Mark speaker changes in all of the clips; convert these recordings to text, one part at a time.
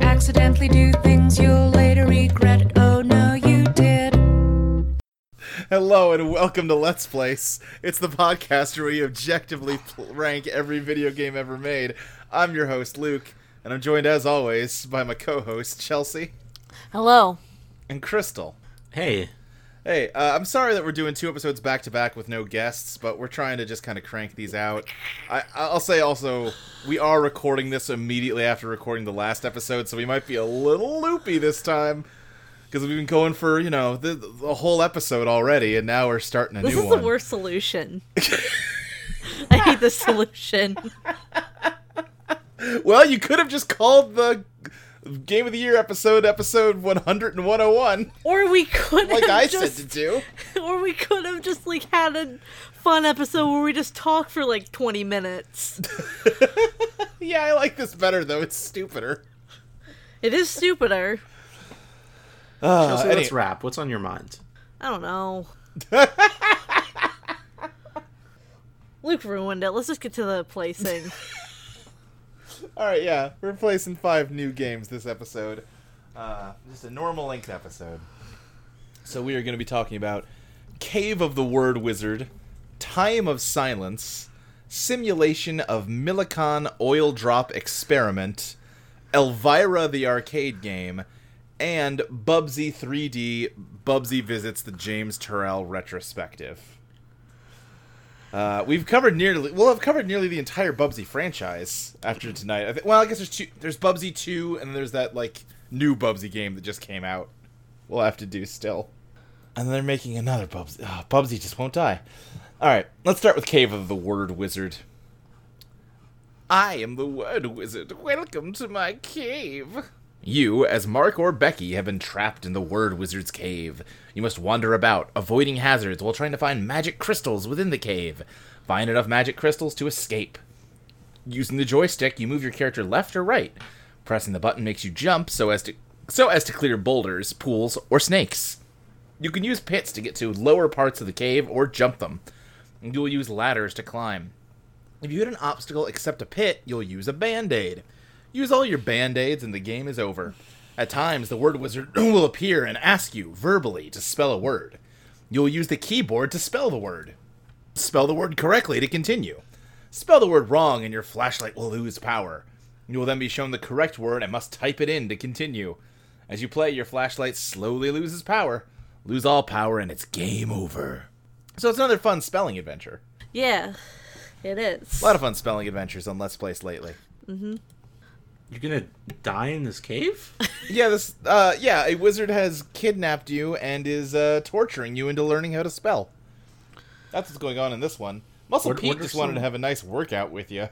Speaker 1: recklessly do things you'll later regret. Oh no, you did.
Speaker 2: Hello and welcome to Let's Place. It's the podcast where we objectively pl- rank every video game ever made. I'm your host Luke, and I'm joined as always by my co-host Chelsea
Speaker 3: Hello.
Speaker 2: and Crystal.
Speaker 4: Hey,
Speaker 2: Hey, uh, I'm sorry that we're doing two episodes back to back with no guests, but we're trying to just kind of crank these out. I, I'll say also, we are recording this immediately after recording the last episode, so we might be a little loopy this time because we've been going for you know the, the whole episode already, and now we're starting a
Speaker 3: This
Speaker 2: new
Speaker 3: is
Speaker 2: one.
Speaker 3: the worst solution. I hate this solution.
Speaker 2: Well, you could have just called the game of the year episode episode 100 and 101,
Speaker 3: Or we could
Speaker 2: like
Speaker 3: have
Speaker 2: I
Speaker 3: just,
Speaker 2: said to do.
Speaker 3: or we could have just like had a fun episode where we just talk for like 20 minutes.
Speaker 2: Yeah, I like this better though. It's stupider.
Speaker 3: It is stupider.
Speaker 4: Chelsea,
Speaker 2: Uh, any-
Speaker 4: let's wrap. What's on your mind?
Speaker 3: I don't know. Luke ruined it. Let's just get to the placing.
Speaker 2: All right, yeah, we're placing five new games this episode. Uh, just a normal length episode. So we are going to be talking about Cave of the Word Wizard, Time of Silence, Simulation of Milicon Oil Drop Experiment, Elvira the arcade game, and Bubsy 3D Bubsy visits the James Turrell retrospective. Uh, we've covered nearly. We'll have covered nearly the entire Bubsy franchise after tonight. I th- well, I guess there's two. There's Bubsy two, and there's that like new Bubsy game that just came out. We'll have to do still. And they're making another Bubsy. Oh, Bubsy just won't die. All right, let's start with Cave of the Word Wizard. I am the Word Wizard. Welcome to my cave. You, as Mark or Becky, have been trapped in the Word Wizard's cave. You must wander about, avoiding hazards while trying to find magic crystals within the cave. Find enough magic crystals to escape. Using the joystick, you move your character left or right. Pressing the button makes you jump so as to so as to clear boulders, pools, or snakes. You can use pits to get to lower parts of the cave or jump them. You will use ladders to climb. If you hit an obstacle except a pit, you'll use a band aid. Use all your band aids and the game is over. At times, the word wizard will appear and ask you verbally to spell a word. You'll use the keyboard to spell the word. Spell the word correctly to continue. Spell the word wrong and your flashlight will lose power. You will then be shown the correct word and must type it in to continue. As you play, your flashlight slowly loses power. Lose all power and it's game over. So it's another fun spelling adventure.
Speaker 3: yeah. It is.
Speaker 2: A lot of fun spelling adventures on Let's Plays lately.
Speaker 4: You're gonna die in this cave?
Speaker 2: Yeah, this. Uh, yeah, a wizard has kidnapped you and is uh, torturing you into learning how to spell. That's what's going on in this one. Muscle
Speaker 4: What-
Speaker 2: Pete
Speaker 4: what are
Speaker 2: just wanted
Speaker 4: some-
Speaker 2: to have a nice workout with you.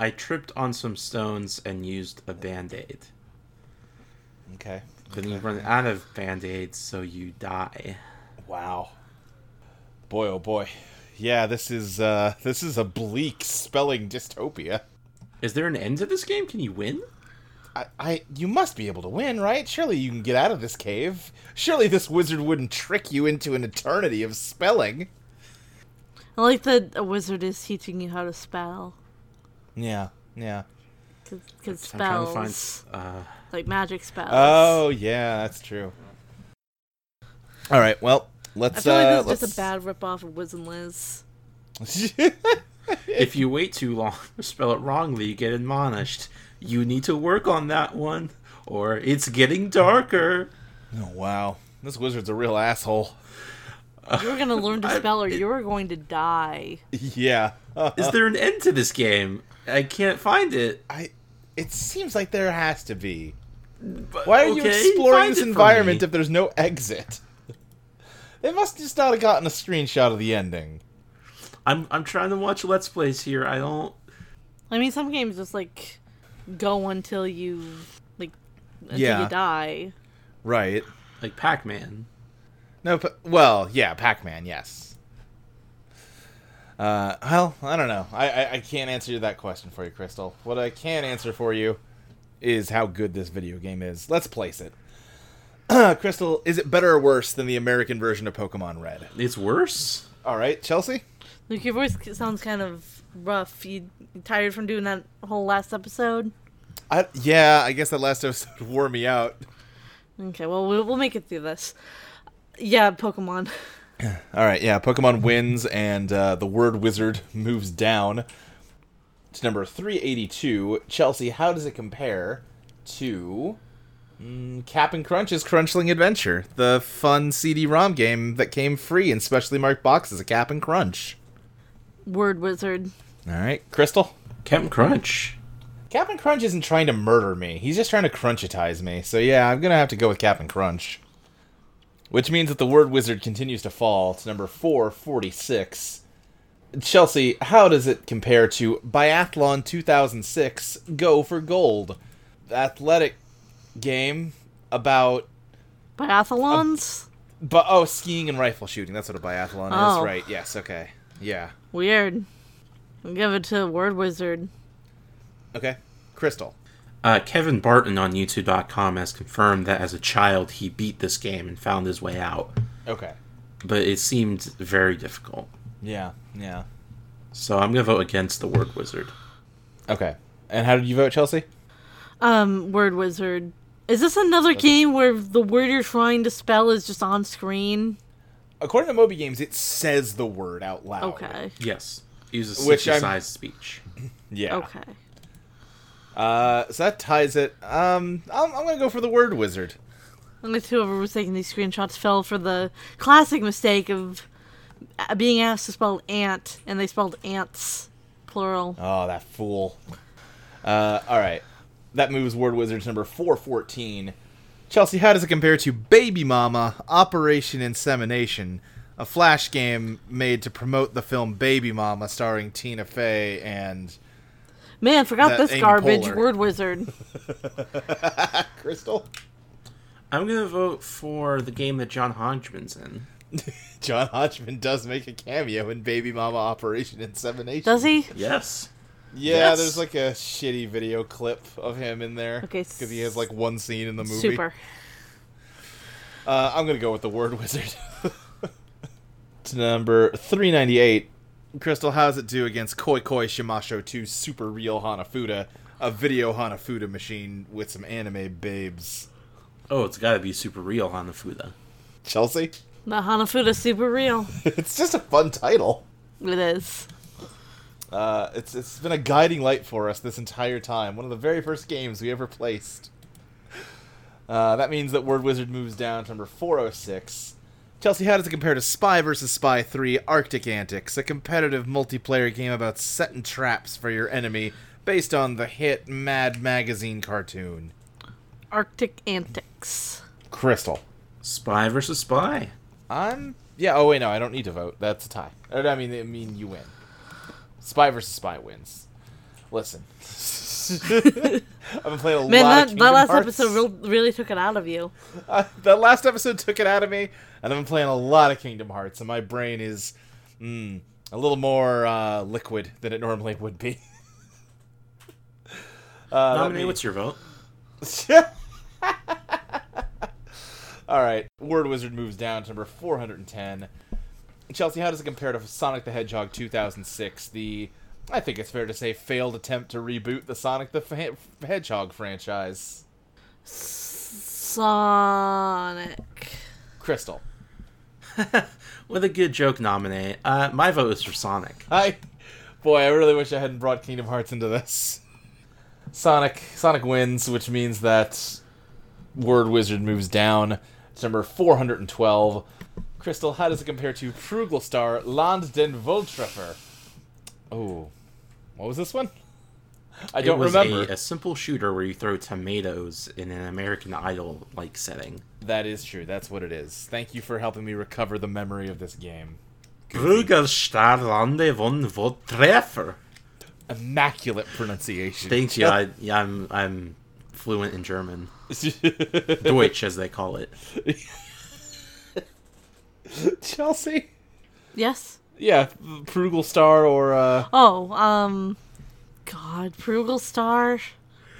Speaker 4: I tripped on some stones and used a band aid.
Speaker 2: Okay.
Speaker 4: Then you run out of band aids, so you die.
Speaker 2: Wow. Boy, oh boy. Yeah, this is uh, this is a bleak spelling dystopia.
Speaker 4: Is there an end to this game? Can you win?
Speaker 2: I, I, you must be able to win, right? Surely you can get out of this cave. Surely this wizard wouldn't trick you into an eternity of spelling.
Speaker 3: I like that a wizard is teaching you how to spell.
Speaker 2: Yeah, yeah.
Speaker 3: Because
Speaker 4: I'm trying to
Speaker 3: spells.
Speaker 4: find, Uh,
Speaker 3: Like magic spells.
Speaker 2: Oh yeah, that's true. All right, well
Speaker 3: I
Speaker 2: let's.
Speaker 3: feel
Speaker 2: uh,
Speaker 3: like this is
Speaker 2: let's...
Speaker 3: just a bad ripoff of Wiz and Liz.
Speaker 4: if you wait too long or spell it wrongly, you get admonished. You need to work on that one, or it's getting darker.
Speaker 2: oh wow, this wizard's a real asshole.
Speaker 3: You're gonna learn to
Speaker 4: I-
Speaker 3: spell, or you're going to die.
Speaker 2: Yeah. Uh,
Speaker 4: Is there an end to this game? I can't find it.
Speaker 2: I. It seems like there has to be.
Speaker 4: But-
Speaker 2: Why are you
Speaker 4: okay,
Speaker 2: exploring
Speaker 4: find
Speaker 2: this
Speaker 4: it for
Speaker 2: environment
Speaker 4: me.
Speaker 2: if there's no exit? They must just not have gotten a screenshot of the ending.
Speaker 4: I'm I'm trying to watch Let's Plays here. I don't.
Speaker 3: I mean, some games just like go until you like until
Speaker 2: Yeah.
Speaker 3: you die.
Speaker 2: Right.
Speaker 4: like Pac-Man.
Speaker 2: No, pa- well, yeah, Pac-Man, yes. Uh, well, I don't know. I, I I can't answer that question for you, Crystal. What I can answer for you is how good this video game is. Let's place it. Crystal, is it better or worse than the American version of Pokemon Red?
Speaker 4: It's worse.
Speaker 2: All right, Chelsea.
Speaker 3: Like your voice sounds kind of rough. You you tired from doing that whole last episode?
Speaker 2: I, yeah, I guess that last episode wore me out.
Speaker 3: Okay, well, we'll we'll make it through this. Yeah, Pokemon.
Speaker 2: All right, yeah, Pokemon wins, and uh, the word wizard moves down to number 382. Chelsea, how does it compare to mm, Cap and Crunch's Crunchling Adventure, the fun CD-ROM game that came free in specially marked boxes of Cap and Crunch?
Speaker 3: Word Wizard.
Speaker 2: All right, Crystal?
Speaker 4: Captain Crunch.
Speaker 2: Captain Crunch isn't trying to murder me. He's just trying to crunchitize me. So yeah, I'm gonna have to go with Captain Crunch. Which means that the word wizard continues to fall to number 446. Chelsea, how does it compare to Biathlon 2006 Go for Gold? Athletic game about
Speaker 3: Biathlons?
Speaker 2: but oh, skiing and rifle shooting. That's what a biathlon is,
Speaker 3: Oh.
Speaker 2: right? Yes, okay. Yeah.
Speaker 3: Weird. I'll give it to Word Wizard.
Speaker 2: Okay. Crystal.
Speaker 4: Uh, Kevin Barton on YouTube.com has confirmed that as a child he beat this game and found his way out,
Speaker 2: Okay.
Speaker 4: but it seemed very difficult.
Speaker 2: Yeah. Yeah.
Speaker 4: So I'm gonna vote against the word wizard.
Speaker 2: Okay. And how did you vote, Chelsea?
Speaker 3: Um, Word Wizard. Is this another game where the word you're trying to spell is just on screen?
Speaker 2: According to Moby Games, it says the word out loud.
Speaker 3: Okay.
Speaker 4: Yes, uses
Speaker 2: Which I'm-
Speaker 4: synthesized speech.
Speaker 2: Yeah.
Speaker 3: Okay.
Speaker 2: Uh, so that ties it. Um, I'm, I'm gonna go for the word wizard.
Speaker 3: I'm like whoever was taking these screenshots fell for the classic mistake of uh, being asked to spell ant, and they spelled ants, plural.
Speaker 2: Oh, that fool. Uh, all right. That moves word wizards number 414. Chelsea, how does it compare to Baby Mama Operation Insemination, a flash game made to promote the film Baby Mama starring Tina Fey and
Speaker 3: Man, forgot
Speaker 2: that
Speaker 3: this
Speaker 2: ain't
Speaker 3: garbage
Speaker 2: polar.
Speaker 3: word wizard.
Speaker 2: Crystal?
Speaker 4: I'm gonna vote for the game that John Hodgman's in.
Speaker 2: John Hodgman does make a cameo in Baby Mama Operation Insemination.
Speaker 3: Does he?
Speaker 4: Yes.
Speaker 2: Yeah,
Speaker 4: Yes.
Speaker 2: there's like a shitty video clip of him in there.
Speaker 3: Okay, s-
Speaker 2: Because he has like one scene in the movie.
Speaker 3: Super.
Speaker 2: Uh, I'm gonna go with the word wizard. to number 398. Crystal, how's it do against Koi Koi Shimasho 2 Super Real Hanafuda, a video Hanafuda machine with some anime babes?
Speaker 4: Oh, it's gotta be super real on the Fuda.
Speaker 2: Chelsea?
Speaker 3: The Hanafuda super real.
Speaker 2: it's just a fun title.
Speaker 3: It is.
Speaker 2: Uh, it's it's been a guiding light for us this entire time. One of the very first games we ever placed. Uh, that means that Word Wizard moves down to number 406. Chelsea, how does it compare to Spy vs. Spy 3 Arctic Antics, a competitive multiplayer game about setting traps for your enemy based on the hit Mad Magazine cartoon?
Speaker 3: Arctic antics.
Speaker 2: Crystal.
Speaker 4: Spy versus spy.
Speaker 2: I'm. Yeah, oh, wait, no, I don't need to vote. That's a tie. Or, I mean, I mean, you win. Spy versus Spy wins. Listen. I've been playing a lot of
Speaker 3: Man, that, that
Speaker 2: Kingdom
Speaker 3: last
Speaker 2: Hearts.
Speaker 3: episode real, really took it out of you.
Speaker 2: Uh, that last episode took it out of me, and I've been playing a lot of Kingdom Hearts, and my brain is mm, a little more uh, liquid than it normally would be. uh, that
Speaker 4: Nominee,
Speaker 2: means-
Speaker 4: what's your vote?
Speaker 2: All right, Word Wizard moves down to number 410. Chelsea, how does it compare to Sonic the Hedgehog 2006? The, I think it's fair to say, failed attempt to reboot the Sonic the Fa- Hedgehog franchise.
Speaker 3: Sonic.
Speaker 2: Crystal,
Speaker 4: With a good joke nominee. Uh, my vote is for Sonic.
Speaker 2: I, boy, I really wish I hadn't brought Kingdom Hearts into this. Sonic, Sonic wins, which means that Word Wizard moves down to number 412. Crystal, how does it compare to Frugal Star Land den Voltreffer? Oh, what was this one? I don't
Speaker 4: it was
Speaker 2: remember.
Speaker 4: A, a simple shooter where you throw tomatoes in an American Idol like setting.
Speaker 2: That is true. That's what it is. Thank you for helping me recover the memory of this game.
Speaker 4: Bruggerstadlande von Treffer.
Speaker 2: Immaculate pronunciation.
Speaker 4: Thank you. I, yeah, I'm I'm fluent in German, Deutsch as they call it.
Speaker 2: Chelsea.
Speaker 3: Yes?
Speaker 2: Yeah, Frugal Star or uh
Speaker 3: Oh, um. God, Frugal Star.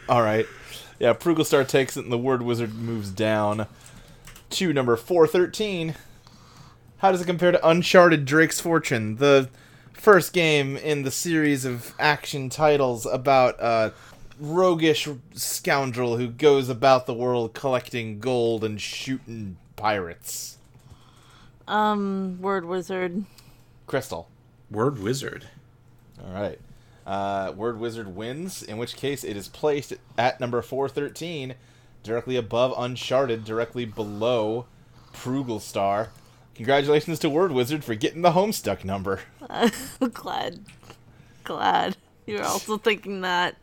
Speaker 2: All right. Yeah, Prugal Star takes it, and the Word Wizard moves down to number 413. How does it compare to Uncharted Drake's Fortune, the first game in the series of action titles about uh, roguish scoundrel who goes about the world collecting gold and shooting pirates.
Speaker 3: Um, word wizard.
Speaker 2: Crystal.
Speaker 4: Word wizard.
Speaker 2: All right. Uh, Word Wizard wins, in which case it is placed at number 413, directly above Uncharted, directly below Prugel Star. Congratulations to Word Wizard for getting the Homestuck number.
Speaker 3: glad. Glad. You're also thinking that.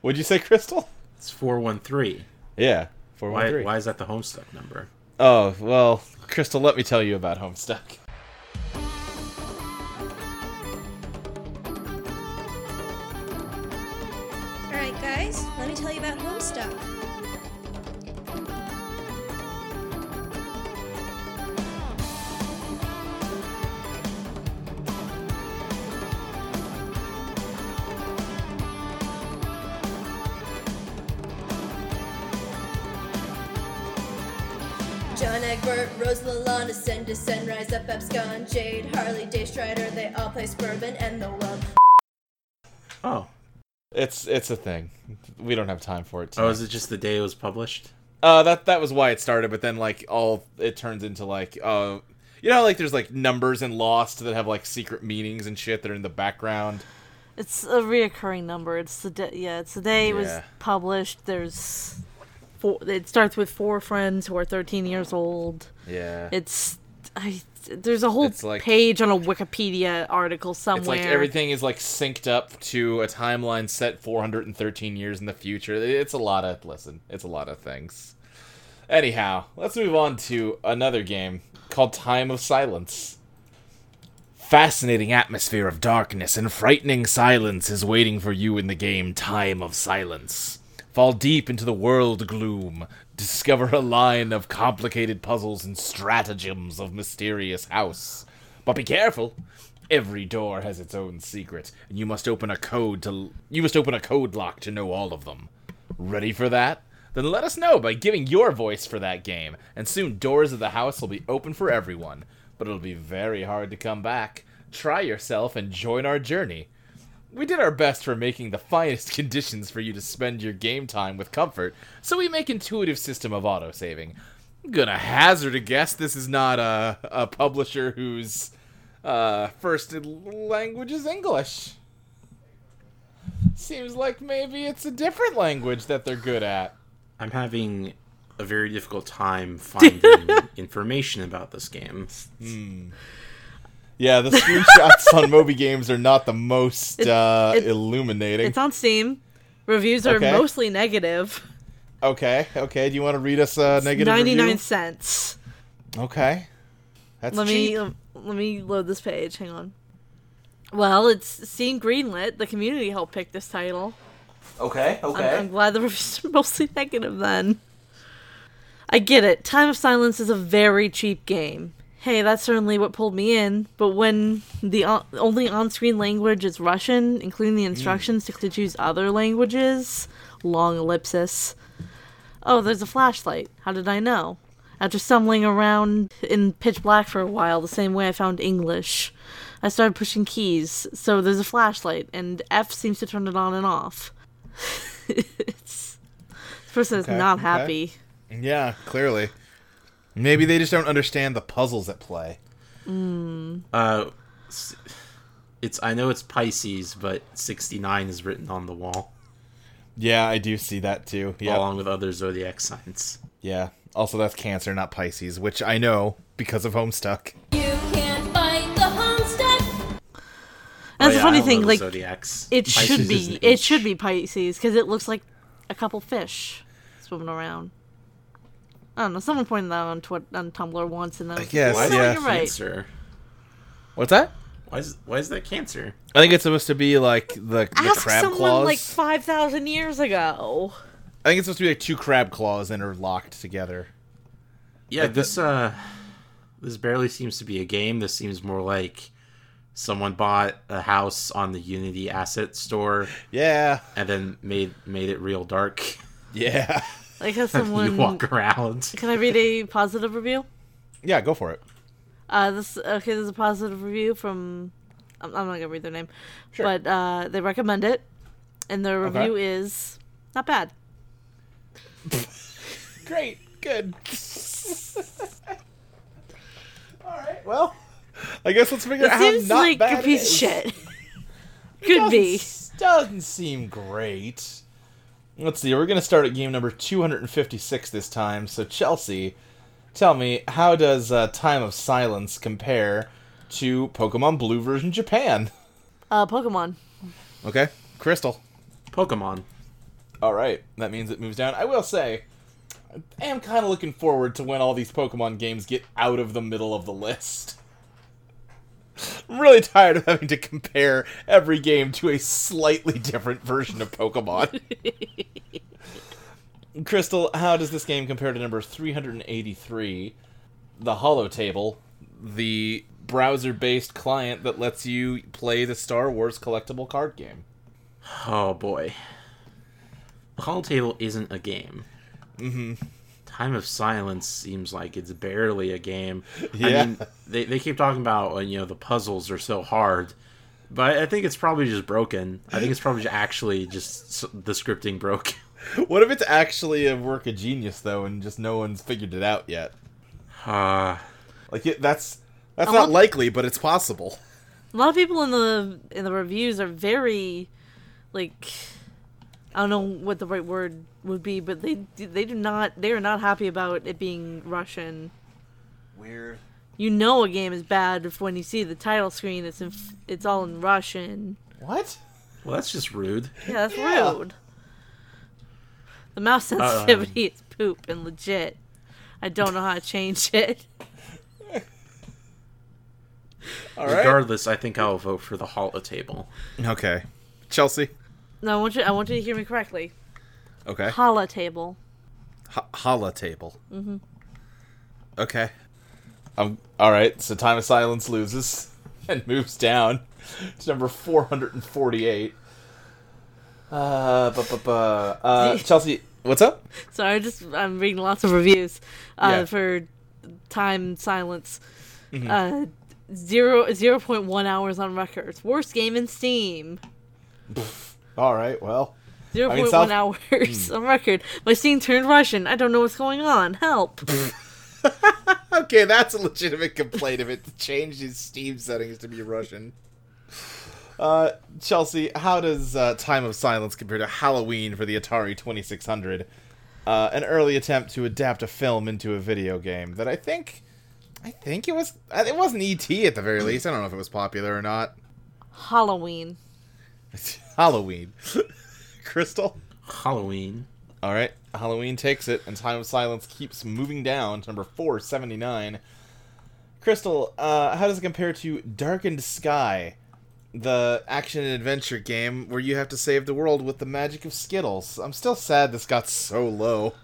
Speaker 2: Would you say, Crystal?
Speaker 4: It's 413.
Speaker 2: Yeah.
Speaker 4: Why,
Speaker 2: 413.
Speaker 4: why is that the Homestuck number?
Speaker 2: Oh, well, Crystal, let me tell you about Homestuck.
Speaker 5: Alright, guys, let me tell you about Homestuck. John Egbert, Rose Lalana, Cinda, Sunrise, Up Abscon, Jade, Harley, Day Strider, they all play Suburban and the Wub.
Speaker 4: Oh.
Speaker 2: It's it's a thing. We don't have time for it. Today.
Speaker 4: Oh, is it just the day it was published?
Speaker 2: Uh, that that was why it started, but then like all it turns into like uh, you know, like there's like numbers and Lost that have like secret meanings and shit that are in the background.
Speaker 3: It's a reoccurring number. It's the day. Yeah, it's the day it was
Speaker 2: Yeah.
Speaker 3: published. There's four. It starts with four friends who are 13 years old.
Speaker 2: Yeah,
Speaker 3: It's I, there's a whole
Speaker 2: It's like-
Speaker 3: page on a Wikipedia article somewhere.
Speaker 2: it's like everything is like synced up to a timeline set 413 years in the future. It's a lot of listen. It's a lot of things. Anyhow, let's move on to another game called Time of Silence. Fascinating atmosphere of darkness and frightening silence is waiting for you in the game Time of Silence. Fall deep into the world gloom. Discover a line of complicated puzzles and stratagems of mysterious house. But be careful. Every door has its own secret, and you must open a code to you must open a code lock to know all of them. Ready for that? Then let us know by giving your voice for that game, and soon doors of the house will be open for everyone. But it'll be very hard to come back. Try yourself and join our journey. We did our best for making the finest conditions for you to spend your game time with comfort, so we make intuitive system of auto saving. I'm gonna hazard a guess this is not a, a publisher whose uh, first language is English. Seems like maybe it's a different language that they're good at.
Speaker 4: I'm having a very difficult time finding information about this game.
Speaker 2: Yeah, the screenshots on Moby Games are not the most uh,
Speaker 3: it-
Speaker 2: illuminating.
Speaker 3: It's on Steam. Reviews are
Speaker 2: Okay.
Speaker 3: mostly negative.
Speaker 2: okay, okay. Do you want to read us a negative
Speaker 3: 99
Speaker 2: review?
Speaker 3: cents.
Speaker 2: Okay, that's
Speaker 3: Let
Speaker 2: cheap.
Speaker 3: me um, let me load this page. Hang on. Well, it's Steam greenlit. The community helped pick this title.
Speaker 2: Okay, okay.
Speaker 3: I'm, I'm glad the reviews are mostly negative then. I get it. Time of Silence is a very cheap game. Hey, that's certainly what pulled me in, but when the o- only on screen language is Russian, including
Speaker 2: Mm.
Speaker 3: the instructions to choose other languages, long ellipsis. Oh, there's a flashlight. How did I know? After stumbling around in pitch black for a while, the same way I found English, I started pushing keys, so there's a flashlight, and F seems to turn it on and off. it's. This person is
Speaker 2: Okay,
Speaker 3: not
Speaker 2: okay.
Speaker 3: happy.
Speaker 4: Oh,
Speaker 2: Yeah, clearly. Maybe they just don't understand the puzzles at play.
Speaker 4: Uh, s- it's I know it's Pisces, but 69 is written on the wall
Speaker 2: Yeah, I do see that too. Yeah.
Speaker 4: along with other zodiac signs.
Speaker 2: Yeah. Also, that's Cancer, not Pisces, which I know because of Homestuck.
Speaker 5: You can't fight the Homestuck!
Speaker 3: That's
Speaker 4: Oh,
Speaker 3: a
Speaker 4: yeah,
Speaker 3: funny
Speaker 4: I
Speaker 3: thing.
Speaker 4: love
Speaker 3: Like
Speaker 4: zodiacs.
Speaker 3: it
Speaker 4: Pisces
Speaker 3: should
Speaker 4: is
Speaker 3: be,
Speaker 4: an
Speaker 3: it
Speaker 4: H.
Speaker 3: should be Pisces because it looks like a couple fish swimming around. I don't know. Someone pointed that out on Twitter, on Tumblr once, and I was like,
Speaker 2: guess,
Speaker 4: Why is
Speaker 3: "You know what,
Speaker 2: yeah.
Speaker 4: that
Speaker 3: you're right.
Speaker 4: cancer?
Speaker 2: What's that?
Speaker 4: Why is why is that cancer?
Speaker 2: I think it's supposed to be like the, the
Speaker 3: Ask
Speaker 2: crab
Speaker 3: someone
Speaker 2: claws.
Speaker 3: like five thousand years ago.
Speaker 2: I think it's supposed to be like two crab claws interlocked together.
Speaker 4: Yeah, this uh, this barely seems to be a game. This seems more like someone bought a house on the Unity asset store
Speaker 2: Yeah.
Speaker 4: and then made made it real dark.
Speaker 2: Yeah.
Speaker 3: Like has
Speaker 4: You
Speaker 3: someone.
Speaker 4: walk around.
Speaker 3: Can I read a positive review?
Speaker 2: Yeah, go for it.
Speaker 3: Uh, this okay. There's a positive review from. I'm, I'm not gonna read their name,
Speaker 2: Sure.
Speaker 3: but uh, they recommend it. and the
Speaker 2: Okay.
Speaker 3: review is not bad.
Speaker 2: Great. Good. All right. Well, I guess let's figure
Speaker 3: It
Speaker 2: out
Speaker 3: seems
Speaker 2: how not
Speaker 3: like
Speaker 2: bad
Speaker 3: a piece
Speaker 2: it
Speaker 3: of
Speaker 2: is.
Speaker 3: shit. Could be.
Speaker 2: Doesn't- Doesn't seem great. Let's see. We're going to start at game number 256 this time. So, Chelsea, tell me, how does uh, Time of Silence compare to Pokemon Blue version Japan?
Speaker 3: Uh, Pokemon.
Speaker 2: Okay. Crystal.
Speaker 4: Pokemon.
Speaker 2: All right. That means it moves down. I will say, I am kind of looking forward to when all these Pokemon games get out of the middle of the list. I'm really tired of having to compare every game to a slightly different version of Pokemon. Crystal, how does this game compare to number 383, the Hollow Table, the browser based client that lets you play the Star Wars collectible card game?
Speaker 4: Oh boy. The Hollow Table isn't a game. Mm-hmm. Time of Silence seems like it's barely a game.
Speaker 2: Yeah.
Speaker 4: I mean, they, they keep talking about, uh, you know, the puzzles are so hard. But I think it's probably just broken. I think it's probably ju- actually just s- the scripting broke.
Speaker 2: What if it's actually a work of genius though, and just no one's figured it out yet?
Speaker 4: Uh,
Speaker 2: Like it, that's that's
Speaker 3: I
Speaker 2: not
Speaker 3: want-
Speaker 2: likely, but it's possible.
Speaker 3: A lot of people in the in the reviews are very, like, I don't know what the right word would be, but they they do not they are not happy about it being Russian.
Speaker 2: Weird.
Speaker 3: You know a game is bad if when you see the title screen it's in f- it's all in Russian.
Speaker 2: What?
Speaker 4: well, that's just rude.
Speaker 3: Yeah, that's
Speaker 2: Yeah.
Speaker 3: rude. The mouse sensitivity is poop and legit. I don't know how to change it.
Speaker 2: All right.
Speaker 4: Regardless, I think I'll vote for the Hollow Table.
Speaker 2: Okay. Chelsea.
Speaker 3: No, I want you. I want you to hear me correctly.
Speaker 2: Okay.
Speaker 3: Hala table.
Speaker 2: H- Hala table. Mm-hmm. Okay. Um. All right. So time of silence loses and moves down to number four hundred and forty-eight. Uh, bu- bu- bu- uh, Chelsea, what's up?
Speaker 3: Sorry, I just I'm reading lots of reviews uh,
Speaker 2: Yeah. Mm-hmm.
Speaker 3: for time silence. Uh, zero zero point one hours on records. Worst game in Steam.
Speaker 2: All right. Well,
Speaker 3: Zero point one
Speaker 2: South- Hmm.
Speaker 3: hours on record. My Steam turned Russian. I don't know what's going on. Help.
Speaker 2: Okay, that's a legitimate complaint if it changed his Steam settings to be Russian. Uh, Chelsea, how does uh, Time of Silence compare to Halloween for the Atari 2600? Uh, an early attempt to adapt a film into a video game that I think, I think it was, uh, it wasn't ET at the very least. I don't know if it was popular or not.
Speaker 3: Halloween.
Speaker 2: Halloween, Crystal.
Speaker 4: Halloween.
Speaker 2: All right, Halloween takes it, and Time of Silence keeps moving down to number four seventy nine. Crystal, uh, how does it compare to Darkened Sky, the action and adventure game where you have to save the world with the magic of Skittles? I'm still sad this got so low.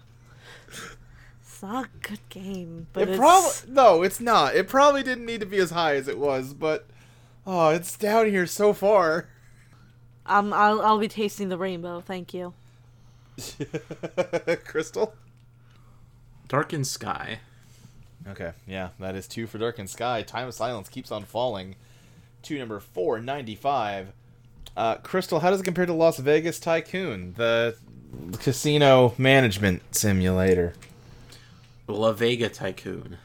Speaker 3: It's not a good game, but
Speaker 2: It
Speaker 3: it's
Speaker 2: probably no, it's not. It probably didn't need to be as high as it was, but oh, it's down here so far.
Speaker 3: um I'll I'll be tasting the rainbow. Thank you.
Speaker 2: Crystal.
Speaker 4: Darkened Sky.
Speaker 2: Okay, yeah, that is two for Dark and Sky. Time of Silence keeps on falling to number 495. Uh, Crystal, how does it compare to Las Vegas Tycoon, the casino management simulator?
Speaker 4: La Vega Tycoon.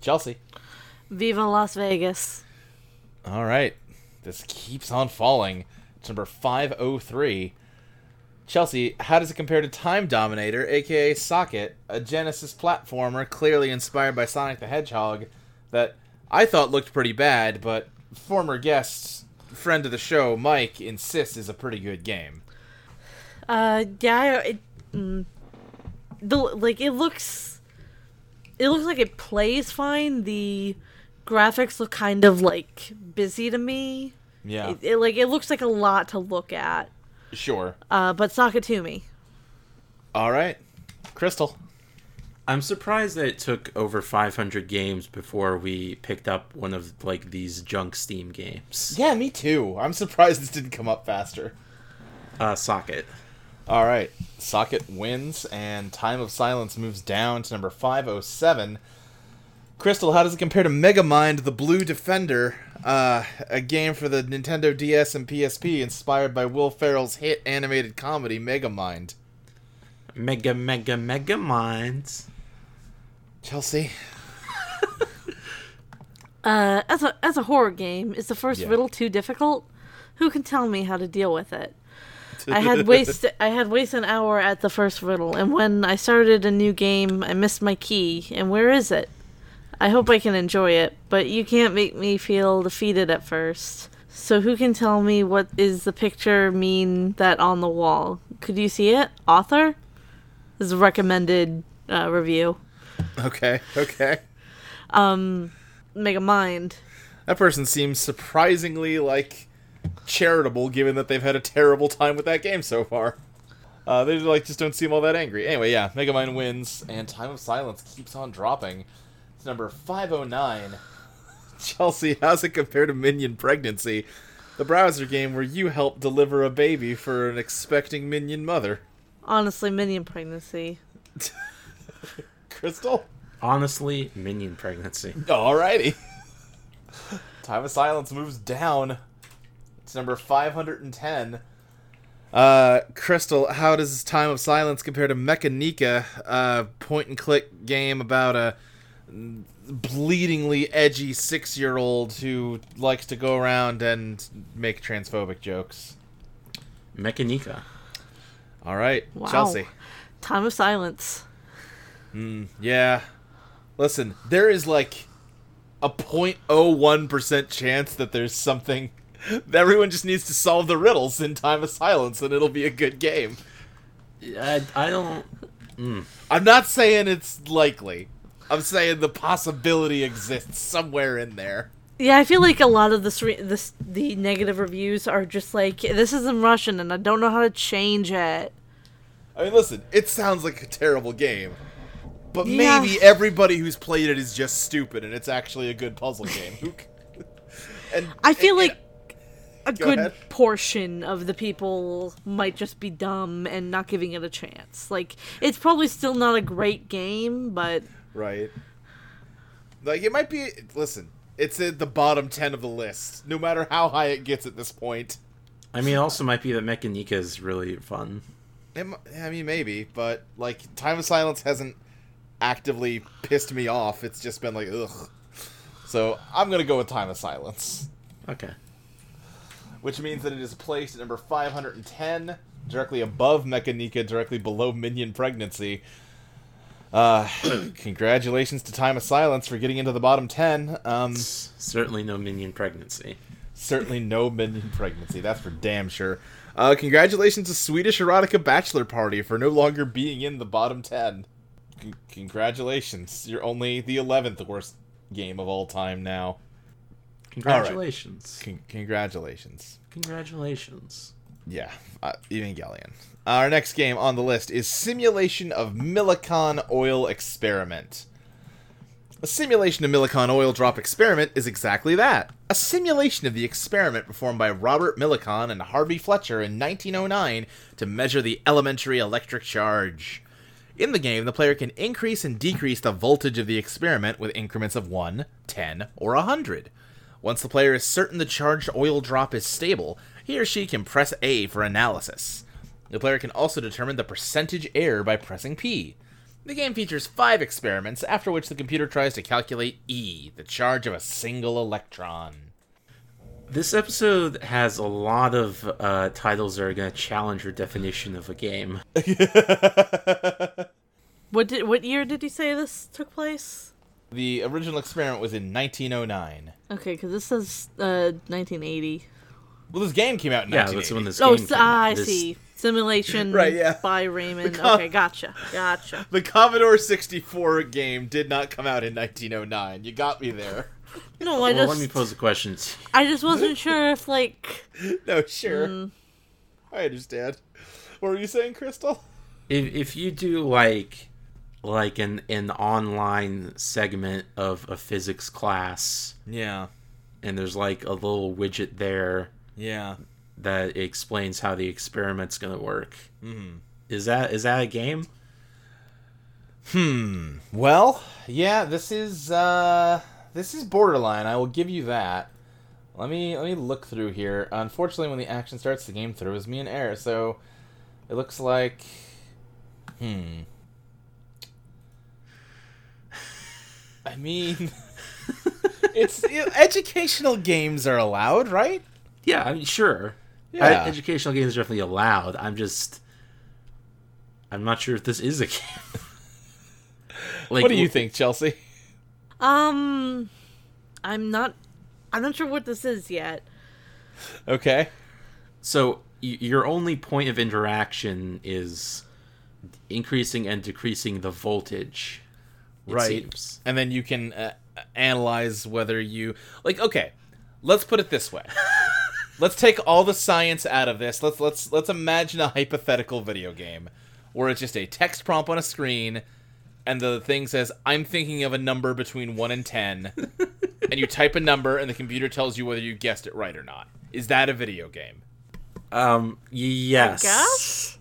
Speaker 2: Chelsea.
Speaker 3: Viva Las Vegas.
Speaker 2: All right, this keeps on falling to number 503. Chelsea, how does it compare to Time Dominator, aka Socket, a Genesis platformer clearly inspired by Sonic the Hedgehog that I thought looked pretty bad, but former guest, friend of the show, Mike, insists is a pretty good game.
Speaker 3: Uh, yeah, I- it, mm, the like it looks, it looks like it plays fine. The graphics look kind of like busy to me.
Speaker 2: Yeah.
Speaker 3: It, it like it looks like a lot to look at.
Speaker 2: sure.
Speaker 3: Uh, but Sakatumi.
Speaker 2: All right. Crystal.
Speaker 4: I'm surprised that it took over 500 games before we picked up one of like these junk Steam games.
Speaker 2: Yeah, me too. I'm surprised this didn't come up faster.
Speaker 4: Uh, Socket.
Speaker 2: All right, Socket wins, and Time of Silence moves down to oh number 507. Crystal, how does it compare to Megamind the Blue Defender, uh, a game for the Nintendo DS and PSP inspired by Will Ferrell's hit animated comedy Megamind.
Speaker 4: Mega, mega, mega minds.
Speaker 2: Chelsea,
Speaker 3: Uh, as a as a horror game, is the first
Speaker 2: Yeah.
Speaker 3: riddle too difficult? Who can tell me how to deal with it? I had waste I had waste an hour at the first riddle, and when I started a new game, I missed my key. And where is it? I hope I can enjoy it, but you can't make me feel defeated at first. So who can tell me what is the picture mean that on the wall? Could you see it? Author This is a recommended uh, review.
Speaker 2: okay, okay.
Speaker 3: Mega Mind.
Speaker 2: That person seems surprisingly like charitable, given that they've had a terrible time with that game so far. Uh, they like just don't seem all that angry. Anyway, yeah, Megamind wins, and Time of Silence keeps on dropping. It's number five oh nine. Chelsea, how's it compare to Minion Pregnancy, the browser game where you help deliver a baby for an expecting minion mother?
Speaker 3: Honestly, Minion Pregnancy.
Speaker 2: Crystal.
Speaker 4: Honestly, minion pregnancy.
Speaker 2: Alrighty. Time of Silence moves down. It's number 510. Uh, Crystal, how does Time of Silence compare to Mechanica, a point and click game about a bleedingly edgy six year old who likes to go around and make transphobic jokes?
Speaker 4: Mechanica.
Speaker 2: All right,
Speaker 3: Wow.
Speaker 2: Chelsea.
Speaker 3: Time of Silence.
Speaker 2: Yeah. Listen, there is like a 0.01% chance that there's something. Everyone just needs to solve the riddles in time of silence and it'll be a good game.
Speaker 4: I, I don't.
Speaker 2: I'm not saying it's likely. I'm saying the possibility exists somewhere in there.
Speaker 3: Yeah, I feel like a lot of this, re- this the negative reviews are just like this is in Russian and I don't know how to change it.
Speaker 2: I mean, listen, it sounds like a terrible game. But
Speaker 3: Yeah.
Speaker 2: maybe everybody who's played it is just stupid and it's actually a good puzzle game. Who c- and
Speaker 3: I feel
Speaker 2: and-
Speaker 3: like a
Speaker 2: Go
Speaker 3: good
Speaker 2: ahead.
Speaker 3: portion of the people might just be dumb and not giving it a chance. Like it's probably still not a great game, but
Speaker 2: Right. Like it might be. Listen, it's at the bottom ten of the list. No matter how high it gets at this point.
Speaker 4: I mean, it also might be that Mechanica is really fun.
Speaker 2: It, mi- I mean, maybe, but like, Time of Silence hasn't actively pissed me off. It's just been like, ugh. So I'm gonna go with Time of Silence,
Speaker 4: Okay.
Speaker 2: which means that it is placed at number 510, directly above Mechanica, directly below Minion Pregnancy. Uh, congratulations to Time of Silence for getting into the bottom ten. Um,
Speaker 4: S- Certainly no minion pregnancy.
Speaker 2: Certainly no minion pregnancy. That's for damn sure. Uh, congratulations to Swedish Erotica Bachelor Party for no longer being in the bottom 10. Con- congratulations. You're only the 11th worst game of all time now.
Speaker 4: Congratulations.
Speaker 2: Con- congratulations.
Speaker 4: Congratulations.
Speaker 2: Yeah, uh, Evangelion. Our next game on the list is Simulation of Millicon Oil Experiment. A simulation of Millicon Oil Drop Experiment is exactly that. A simulation of the experiment performed by Robert Millicon and Harvey Fletcher in 1909 to measure the elementary electric charge. In the game, the player can increase and decrease the voltage of the experiment with increments of 1, 10, or 100. Once the player is certain the charged oil drop is stable, he or she can press A for analysis. The player can also determine the percentage error by pressing P. The game features five experiments, after which the computer tries to calculate E, the charge of a single electron.
Speaker 4: This episode has a lot of uh, titles that are going to challenge your definition of a game.
Speaker 3: what did what year did you say this took place?
Speaker 2: The original experiment was in 1909.
Speaker 3: Okay, because this says uh, 1980.
Speaker 2: Well, this game came out in
Speaker 4: Yeah, that's when
Speaker 2: 1980.
Speaker 4: this
Speaker 3: Oh,
Speaker 4: game
Speaker 3: s-
Speaker 4: came
Speaker 3: ah,
Speaker 4: out.
Speaker 3: I
Speaker 4: This-
Speaker 3: see. Simulation
Speaker 2: Right, yeah.
Speaker 3: by Raymond.
Speaker 2: com-
Speaker 3: okay, gotcha, gotcha.
Speaker 2: The Commodore 64 game did not come out in 1909. You got me there.
Speaker 3: No, I
Speaker 4: Well,
Speaker 3: just
Speaker 4: let me pose a question. to you.
Speaker 3: I just wasn't sure if like
Speaker 2: No, sure. I understand. What were you saying, Crystal?
Speaker 4: If, if you do like like an an online segment of a physics class,
Speaker 2: Yeah,
Speaker 4: and there's like a little widget there
Speaker 2: yeah.
Speaker 4: that explains how the experiment's going to work, Mm-hmm. is that is that a game?
Speaker 2: Well, yeah, this is uh this is borderline. I will give you that. Let me let me look through here. Unfortunately, when the action starts, the game throws me in error. So it looks like, hmm. I mean, it's it- educational games are allowed, right?
Speaker 4: Yeah, I mean, sure.
Speaker 2: Yeah.
Speaker 4: Ed- educational games are definitely allowed. I'm just, I'm not sure if this is a game. like,
Speaker 2: what do you
Speaker 4: wh-
Speaker 2: think, Chelsea?
Speaker 3: Um, I'm not. I'm not sure what this is yet.
Speaker 2: Okay.
Speaker 4: So y- your only point of interaction is increasing and decreasing the voltage. It
Speaker 2: Right.
Speaker 4: seems.
Speaker 2: and then you can uh, analyze whether you like okay let's put it this way let's take all the science out of this let's let's let's imagine a hypothetical video game where it's just a text prompt on a screen and the thing says i'm thinking of a number between 1 and 10 and you type a number and the computer tells you whether you guessed it right or not is that a video game
Speaker 4: Um. y- Yes.
Speaker 3: guess?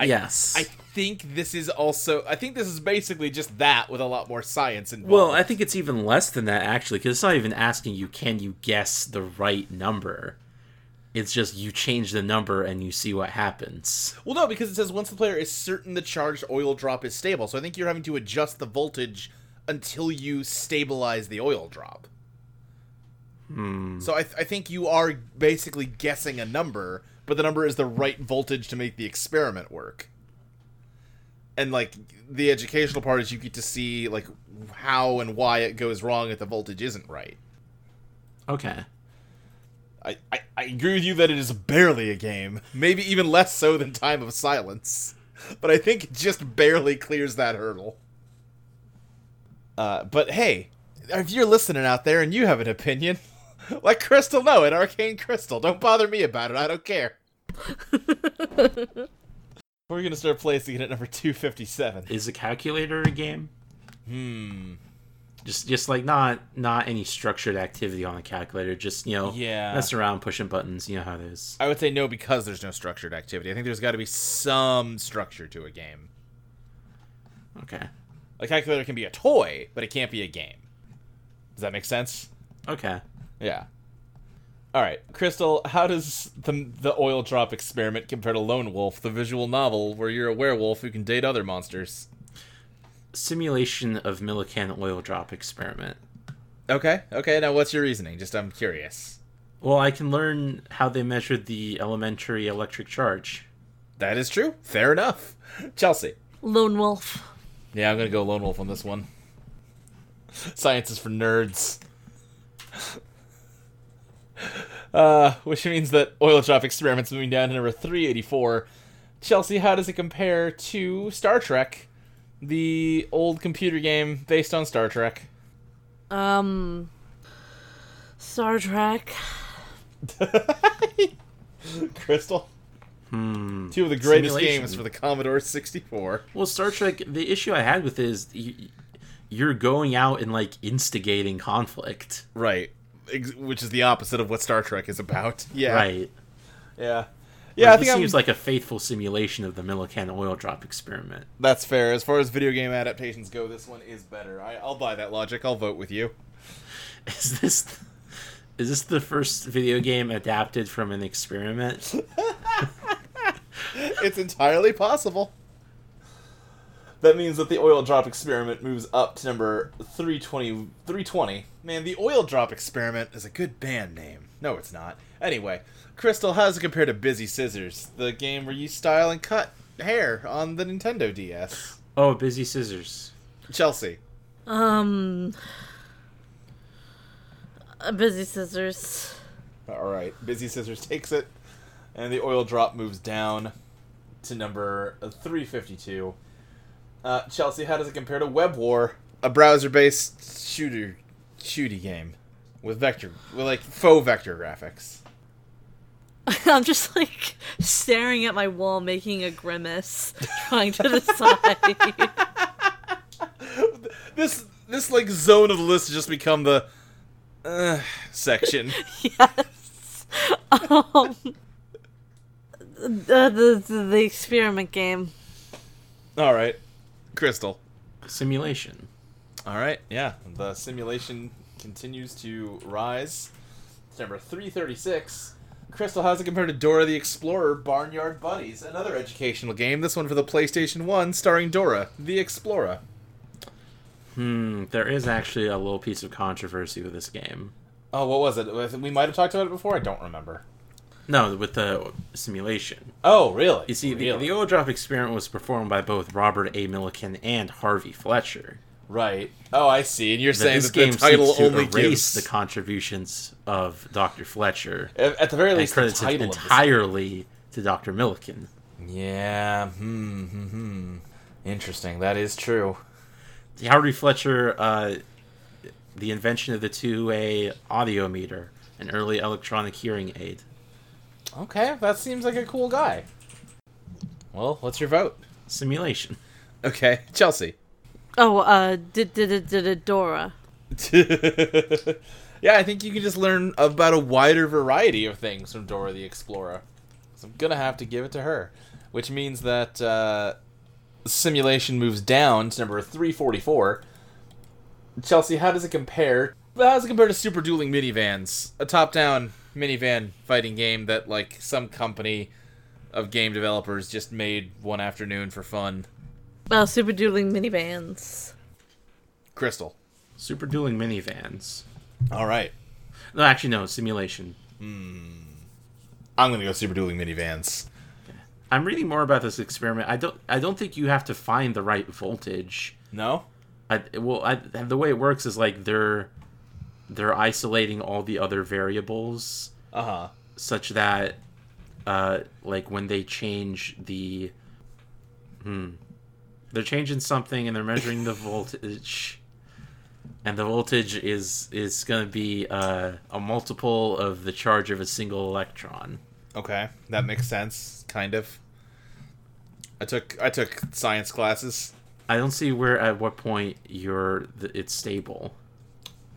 Speaker 4: Yes.
Speaker 2: i think this is also i think this is basically just that with a lot more science involved
Speaker 4: well, I think it's even less than that actually, because it's not even asking you can you guess the right number. It's just you change the number and you see what happens.
Speaker 2: Well, no, because it says once the player is certain the charged oil drop is stable, so I think you're having to adjust the voltage until you stabilize the oil drop. Hmm. So I, th- I think you are basically guessing a number, but the number is the right voltage to make the experiment work. And like the educational part is you get to see like how and why it goes wrong if the voltage isn't right.
Speaker 4: Okay.
Speaker 2: I, I, I agree with you that it is barely a game, maybe even less so than Time of Silence, but I think it just barely clears that hurdle. Uh, but hey, if you're listening out there and you have an opinion, let Crystal know at Arcane Crystal. Don't bother me about it. I don't care. We're gonna start placing it at number two fifty seven.
Speaker 4: Is a calculator a game? Hmm. Just just like not not any structured activity on a calculator. Just you know,
Speaker 2: Yeah.
Speaker 4: mess around, pushing buttons. You know how it is.
Speaker 2: I would say no because there's no structured activity. I think there's got to be some structure to a game.
Speaker 4: Okay.
Speaker 2: A calculator can be a toy, but it can't be a game. Does that make sense?
Speaker 4: Okay.
Speaker 2: Yeah. All right, Crystal. How does the the oil drop experiment compare to Lone Wolf, the visual novel where you're a werewolf who can date other monsters?
Speaker 4: Simulation of Millikan oil drop experiment.
Speaker 2: Okay. Okay. Now, what's your reasoning? Just I'm curious.
Speaker 4: Well, I can learn how they measured the elementary electric charge.
Speaker 2: That is true. Fair enough. Chelsea.
Speaker 3: Lone Wolf.
Speaker 2: Yeah, I'm gonna go Lone Wolf on this one. Science is for nerds. Uh, which means that oil drop experiments moving down to number 384. Chelsea, how does it compare to Star Trek, the old computer game based on Star Trek?
Speaker 3: Um, Star Trek.
Speaker 2: Crystal. Hmm. Two of the greatest
Speaker 4: Simulation.
Speaker 2: games for the Commodore 64.
Speaker 4: Well, Star Trek. The issue I had with it is you, you're going out and like instigating conflict.
Speaker 2: Right. Ex- which is the opposite of what Star Trek is about. Yeah.
Speaker 4: Right.
Speaker 2: Yeah. Yeah, I
Speaker 4: this
Speaker 2: think I'm-
Speaker 4: seems like a faithful simulation of the Millikan oil drop experiment.
Speaker 2: That's fair. As far as video game adaptations go, this one is better. I, I'll buy that logic. I'll vote with you.
Speaker 4: Is this is this the first video game adapted from an experiment?
Speaker 2: It's entirely possible. That means that the oil drop experiment moves up to number 320. 320. Man, the oil drop experiment is a good band name. No, it's not. Anyway, Crystal, how does it compare to Busy Scissors, the game where you style and cut hair on the Nintendo DS?
Speaker 4: Oh, busy scissors.
Speaker 2: Chelsea.
Speaker 3: Um, uh, Busy Scissors.
Speaker 2: All right, Busy Scissors takes it, and the oil drop moves down to number 352. Uh, Chelsea, how does it compare to Web War, a browser-based shooter shooty game with vector, with like faux vector graphics?
Speaker 3: I'm just like staring at my wall, making a grimace, trying to decide.
Speaker 2: This this like zone of the list has just become the uh, section.
Speaker 3: yes. Um, the, the the experiment game.
Speaker 2: All right, Crystal.
Speaker 4: Simulation.
Speaker 2: All right, yeah, the simulation continues to rise. It's number 336. Crystal, how's it compared to Dora the Explorer Barnyard Buddies? Another educational game, this one for the PlayStation 1, starring Dora the Explorer.
Speaker 4: Hmm, there is actually a little piece of controversy with this game.
Speaker 2: Oh, what was it? I think We might have talked about it before. I don't remember.
Speaker 4: No, with the simulation.
Speaker 2: Oh, really?
Speaker 4: You see, the,
Speaker 2: Really?
Speaker 4: the old drop experiment was performed by both Robert A. Milliken and Harvey Fletcher.
Speaker 2: right. Oh, I see. And you're
Speaker 4: That
Speaker 2: saying
Speaker 4: this
Speaker 2: that the
Speaker 4: game
Speaker 2: title
Speaker 4: seeks to
Speaker 2: only
Speaker 4: erase
Speaker 2: gives
Speaker 4: the contributions of Dr. Fletcher
Speaker 2: at at the very
Speaker 4: and
Speaker 2: least the
Speaker 4: credits it
Speaker 2: title of this-
Speaker 4: entirely to Dr. Milliken.
Speaker 2: Yeah. Hmm. Hmm. hmm. Interesting. That is true.
Speaker 4: Harvey E. Fletcher, uh, the invention of the two-way audio meter, an early electronic hearing aid.
Speaker 2: Okay, that seems like a cool guy. Well, what's your vote?
Speaker 4: Simulation.
Speaker 2: Okay, Chelsea.
Speaker 3: Oh, uh, did did did did Dora.
Speaker 2: yeah, I think you can just learn about a wider variety of things from Dora the Explorer. So I'm gonna have to give it to her, which means that uh, simulation moves down to number 344. Chelsea, how does it compare? How does it compare to Super Dueling Minivans, a top-down minivan fighting game that like some company of game developers just made one afternoon for fun?
Speaker 3: Oh, super doodling minivans.
Speaker 2: Crystal.
Speaker 4: Super dueling minivans.
Speaker 2: All right,
Speaker 4: No, actually, no. Simulation.
Speaker 2: I'm gonna go Super Dueling Minivans.
Speaker 4: I'm reading more about this experiment. I don't. I don't think you have to find the right voltage.
Speaker 2: No.
Speaker 4: I, well, I, the way it works is like they're they're isolating all the other variables
Speaker 2: Uh huh.
Speaker 4: such that uh like when they change the hmm they're changing something and they're measuring the voltage and the voltage is is going to be uh, a multiple of the charge of a single electron
Speaker 2: Okay, that makes sense, kind of. I took I took science classes.
Speaker 4: i don't see where at what point you're th- it's stable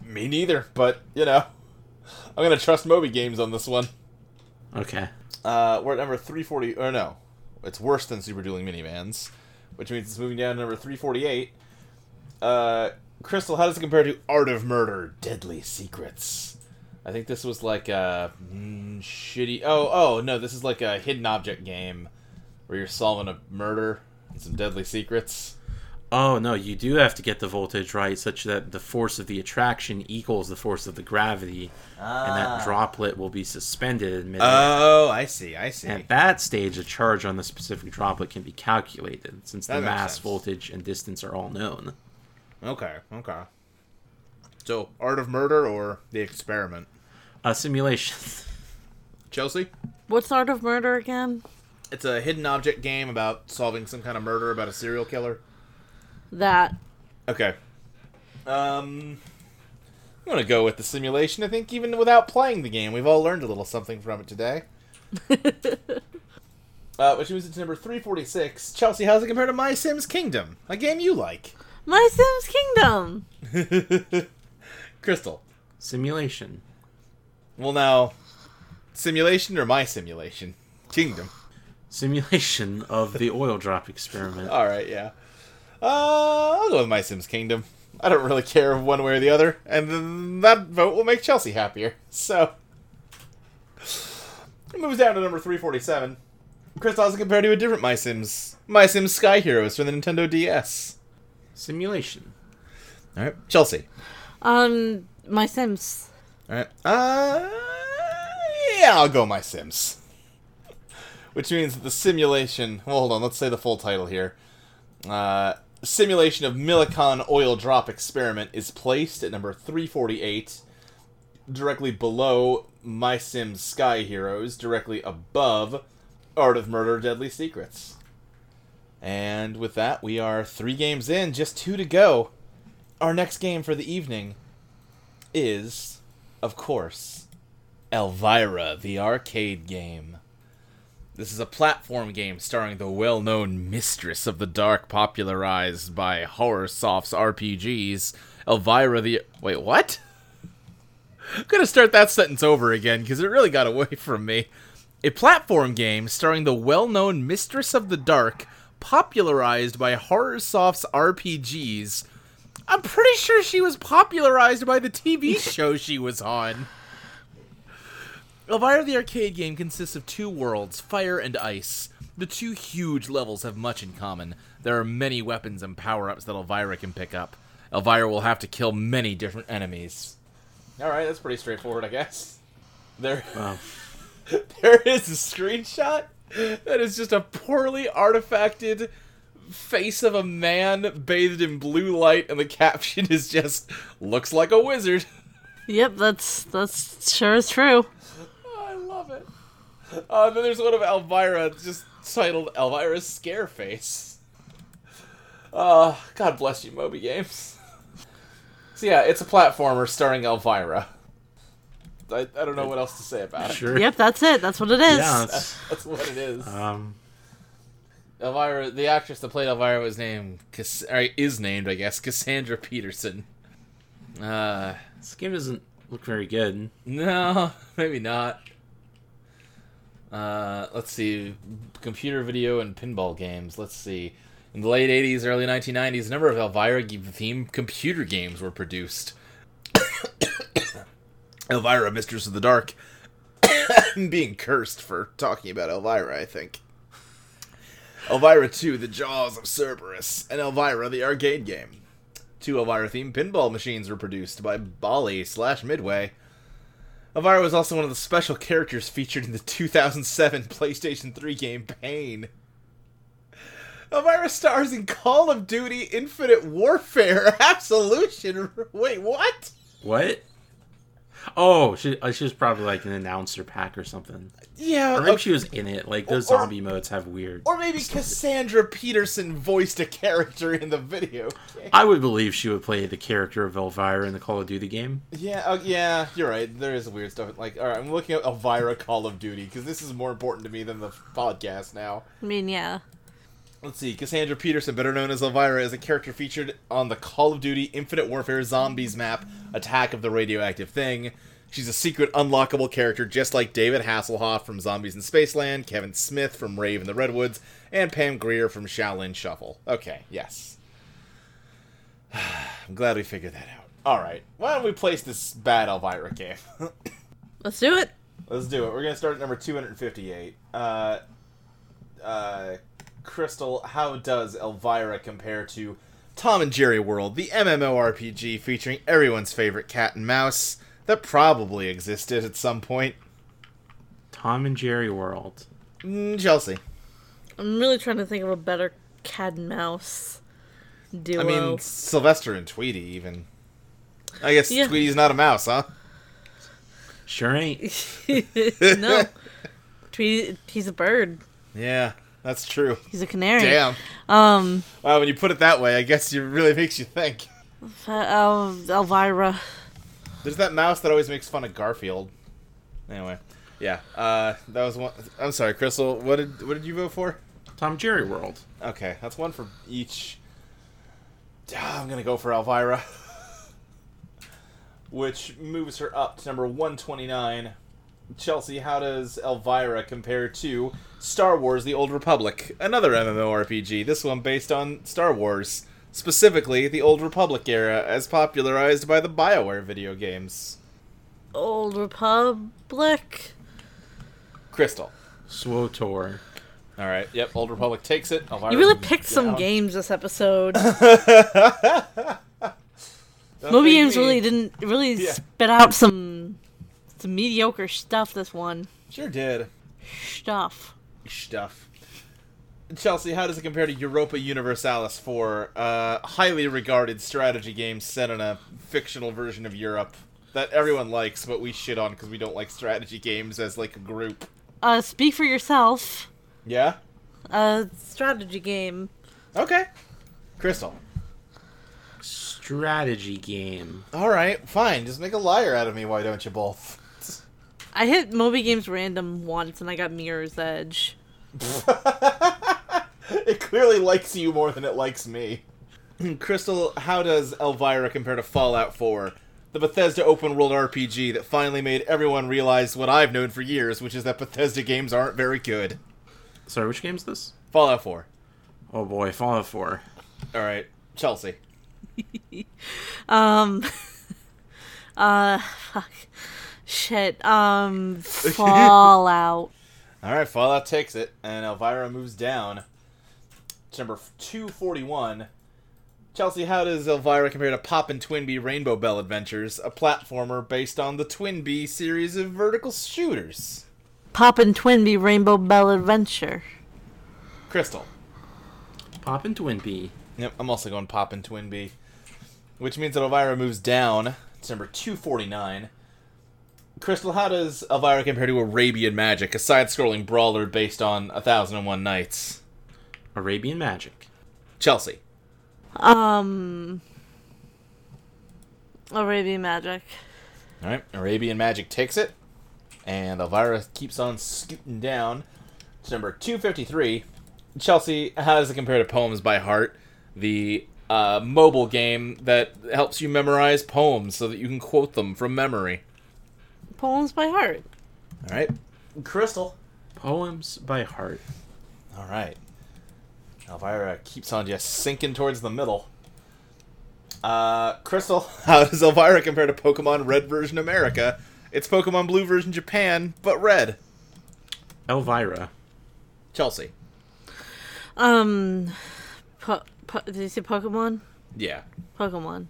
Speaker 2: Me neither, but you know, I'm gonna trust Moby Games on this one.
Speaker 4: okay
Speaker 2: Uh, we're at number 340. Or no, it's worse than Super Dueling Minivans, which means it's moving down to number 348. Uh, Crystal, how does it compare to Art of Murder: Deadly Secrets? I think this was like a mm, shitty. Oh, oh no, this is like a hidden object game where you're solving a murder and some deadly secrets.
Speaker 4: oh no you do have to get the voltage right such that the force of the attraction equals the force of the gravity and that droplet will be suspended in midair.
Speaker 2: Ah. Oh, I see. I see.
Speaker 4: At that stage, a charge on the specific droplet can be calculated, since
Speaker 2: That
Speaker 4: the
Speaker 2: makes
Speaker 4: mass,
Speaker 2: sense.
Speaker 4: voltage, and distance are all known.
Speaker 2: Okay. Okay. So, Art of Murder or The Experiment?
Speaker 4: A simulation.
Speaker 2: Chelsea?
Speaker 3: What's Art of Murder again?
Speaker 2: It's a hidden object game about solving some kind of murder about a serial killer.
Speaker 3: That.
Speaker 2: Okay. Um, I'm gonna go with the simulation. I think even without playing the game, we've all learned a little something from it today. uh, which moves it to number 346. Chelsea, how's it compare to My Sims Kingdom, a game you like?
Speaker 3: My Sims Kingdom.
Speaker 2: Crystal.
Speaker 4: simulation.
Speaker 2: Well, now, simulation or my simulation? Kingdom.
Speaker 4: Simulation of the oil drop experiment.
Speaker 2: All right, yeah. Uh, I'll go with my Sims Kingdom. I don't really care one way or the other, and th- that vote will make Chelsea happier. So it moves down to number three forty-seven. Crystal's compared to a different My Sims, My Sims Sky Heroes for the Nintendo DS.
Speaker 4: Simulation.
Speaker 2: All right, Chelsea.
Speaker 3: Um, My Sims.
Speaker 2: All right. Uh, yeah, I'll go my Sims. Which means that the simulation. Well, hold on. Let's say the full title here. Uh, simulation of Millicon oil drop experiment is placed at number 348, directly below My Sims Sky Heroes, directly above Art of Murder Deadly Secrets. And with that, we are three games in, just two to go. Our next game for the evening is, of course, Elvira, the arcade game. This is a platform game starring the well known Mistress of the Dark, popularized by Horror Soft's RPGs. Elvira the. Wait, what? I'm gonna start that sentence over again because it really got away from me. A platform game starring the well known Mistress of the Dark, popularized by Horror Soft's RPGs. I'm pretty sure she was popularized by the TV show she was on. Elvira the arcade game consists of two worlds, fire and ice. The two huge levels have much in common. There are many weapons and power ups that Elvira can pick up. Elvira will have to kill many different enemies. Alright, that's pretty straightforward, I guess. There,
Speaker 4: Wow.
Speaker 2: there is a screenshot that is just a poorly artifacted face of a man bathed in blue light, and the caption is just, looks like a wizard.
Speaker 3: Yep, that's that's sure is true.
Speaker 2: Oh, I love it. Uh, then there's one of Elvira, just titled Elvira's Scare Face. Uh, God bless you, Moby Games. So yeah, it's a platformer starring Elvira. I, I don't know what else to say about it.
Speaker 4: Sure.
Speaker 3: Yep, that's it. That's what it is.
Speaker 4: Yeah. It's,
Speaker 2: That's what it is.
Speaker 4: um.
Speaker 2: Elvira, the actress that played Elvira was named, Cass- or is named, I guess, Cassandra Peterson. Uh,
Speaker 4: This game doesn't look very good.
Speaker 2: No, maybe not. Uh, let's see. Computer video and pinball games. Let's see. In the late 80s, early 1990s, a number of Elvira themed computer games were produced. Elvira, Mistress of the Dark. I'm being cursed for talking about Elvira, I think. Elvira 2, The Jaws of Cerberus, and Elvira, the arcade game. Two Elvira themed pinball machines were produced by Bali slash Midway. Elvira was also one of the special characters featured in the 2007 PlayStation 3 game Pain. Elvira stars in Call of Duty Infinite Warfare Absolution. Wait, what?
Speaker 4: What? Oh, she uh, she was probably like an announcer pack or something.
Speaker 2: Yeah,
Speaker 4: Or maybe she was in it. Like those
Speaker 2: Or-
Speaker 4: zombie modes have weird.
Speaker 2: Or maybe Cassandra Peterson voiced a character in the video. game.
Speaker 4: I would believe she would play the character of Elvira in the Call of Duty game.
Speaker 2: Yeah, oh, yeah, you're right. There is weird stuff. Like, all right, I'm looking up Elvira Call of Duty because this is more important to me than the podcast now.
Speaker 3: I mean, yeah.
Speaker 2: Let's see. Cassandra Peterson, better known as Elvira, is a character featured on the Call of Duty Infinite Warfare Zombies map, Attack of the Radioactive Thing. She's a secret unlockable character, just like David Hasselhoff from Zombies in Spaceland, Kevin Smith from Rave in the Redwoods, and Pam Greer from Shaolin Shuffle. Okay, yes. I'm glad we figured that out. All right, why don't we place this bad Elvira game?
Speaker 3: Let's do it.
Speaker 2: Let's do it. We're gonna start at number two hundred fifty-eight. Uh, uh, Crystal, how does Elvira compare to Tom and Jerry World, the MMORPG featuring everyone's favorite cat and mouse that probably existed at some point?
Speaker 4: Tom and Jerry World.
Speaker 2: Mm, Chelsea.
Speaker 3: I'm really trying to think of a better cat and mouse duo.
Speaker 2: I mean, Sylvester and Tweety. Even. I guess
Speaker 3: Yeah.
Speaker 2: Tweety's not a mouse, huh?
Speaker 4: Sure ain't.
Speaker 3: no. Tweety, he's a bird.
Speaker 2: Yeah, that's true.
Speaker 3: He's a canary.
Speaker 2: Damn.
Speaker 3: Um,
Speaker 2: Wow, when you put it that way, I guess it really makes you think.
Speaker 3: uh, El- Elvira.
Speaker 2: There's that mouse that always makes fun of Garfield. Anyway, yeah, uh, that was one. I'm sorry, Crystal. What did what did you vote for?
Speaker 4: Tom and Jerry World.
Speaker 2: Okay, that's one for each. Ah, I'm gonna go for Elvira, which moves her up to number 129. Chelsea, how does Elvira compare to Star Wars: The Old Republic, another MMORPG? This one based on Star Wars, specifically the Old Republic era, as popularized by the Bioware video games.
Speaker 3: Old Republic.
Speaker 2: Crystal.
Speaker 4: SWOTOR.
Speaker 2: All right. Yep. Old Republic takes it. Elvira
Speaker 3: You really
Speaker 2: moves
Speaker 3: picked
Speaker 2: it
Speaker 3: some
Speaker 2: down.
Speaker 3: games this episode.
Speaker 2: Don't
Speaker 3: Movie
Speaker 2: think
Speaker 3: games
Speaker 2: me.
Speaker 3: really didn't really
Speaker 2: Yeah.
Speaker 3: spit out some some mediocre stuff. This one
Speaker 2: Sure did.
Speaker 3: stuff.
Speaker 2: Stuff. Chelsea, how does it compare to Europa Universalis 4, uh, highly regarded strategy game set in a fictional version of Europe that everyone likes, but we shit on because we don't like strategy games as like a group?
Speaker 3: Uh, speak for yourself.
Speaker 2: Yeah.
Speaker 3: Uh, strategy game.
Speaker 2: Okay. Crystal.
Speaker 4: Strategy game.
Speaker 2: All right. Fine. Just make a liar out of me. Why don't you both?
Speaker 3: I hit Moby Games random once and I got Mirror's Edge.
Speaker 2: it clearly likes you more than it likes me. Crystal, how does Elvira compare to Fallout 4? The Bethesda open world RPG that finally made everyone realize what I've known for years, which is that Bethesda games aren't very good.
Speaker 4: Sorry, which game's this?
Speaker 2: Fallout 4.
Speaker 4: Oh boy, Fallout 4.
Speaker 2: Alright, Chelsea.
Speaker 3: Um, uh, fuck. Shit. Um, Fallout.
Speaker 2: All right, Fallout takes it, and Elvira moves down to number 241. Chelsea, how does Elvira compare to Pop and Twinbee Rainbow Bell Adventures, a platformer based on the Twinbee series of vertical shooters?
Speaker 3: Pop and Twinbee Rainbow Bell Adventure.
Speaker 2: Crystal.
Speaker 4: Pop and Twin Pea.
Speaker 2: Yep, I'm also going Pop and Twinbee, which means that Elvira moves down to number 249. Crystal, how does Elvira compare to Arabian Magic, a side-scrolling brawler based on 1001 Nights?
Speaker 4: Arabian Magic.
Speaker 2: Chelsea.
Speaker 3: Um, Arabian Magic.
Speaker 2: All right, Arabian Magic takes it, and Elvira keeps on scooting down to number 253. Chelsea, how does it compare to Poems by Heart, the uh, mobile game that helps you memorize poems so that you can quote them from memory?
Speaker 3: Poems by heart.
Speaker 2: All right, Crystal.
Speaker 4: Poems by heart.
Speaker 2: All right, Elvira keeps on just sinking towards the middle. Uh, Crystal, how does Elvira compare to Pokemon Red version America? It's Pokemon Blue version Japan, but red.
Speaker 4: Elvira.
Speaker 2: Chelsea.
Speaker 3: Um, po- po- did you say Pokemon?
Speaker 2: Yeah.
Speaker 3: Pokemon.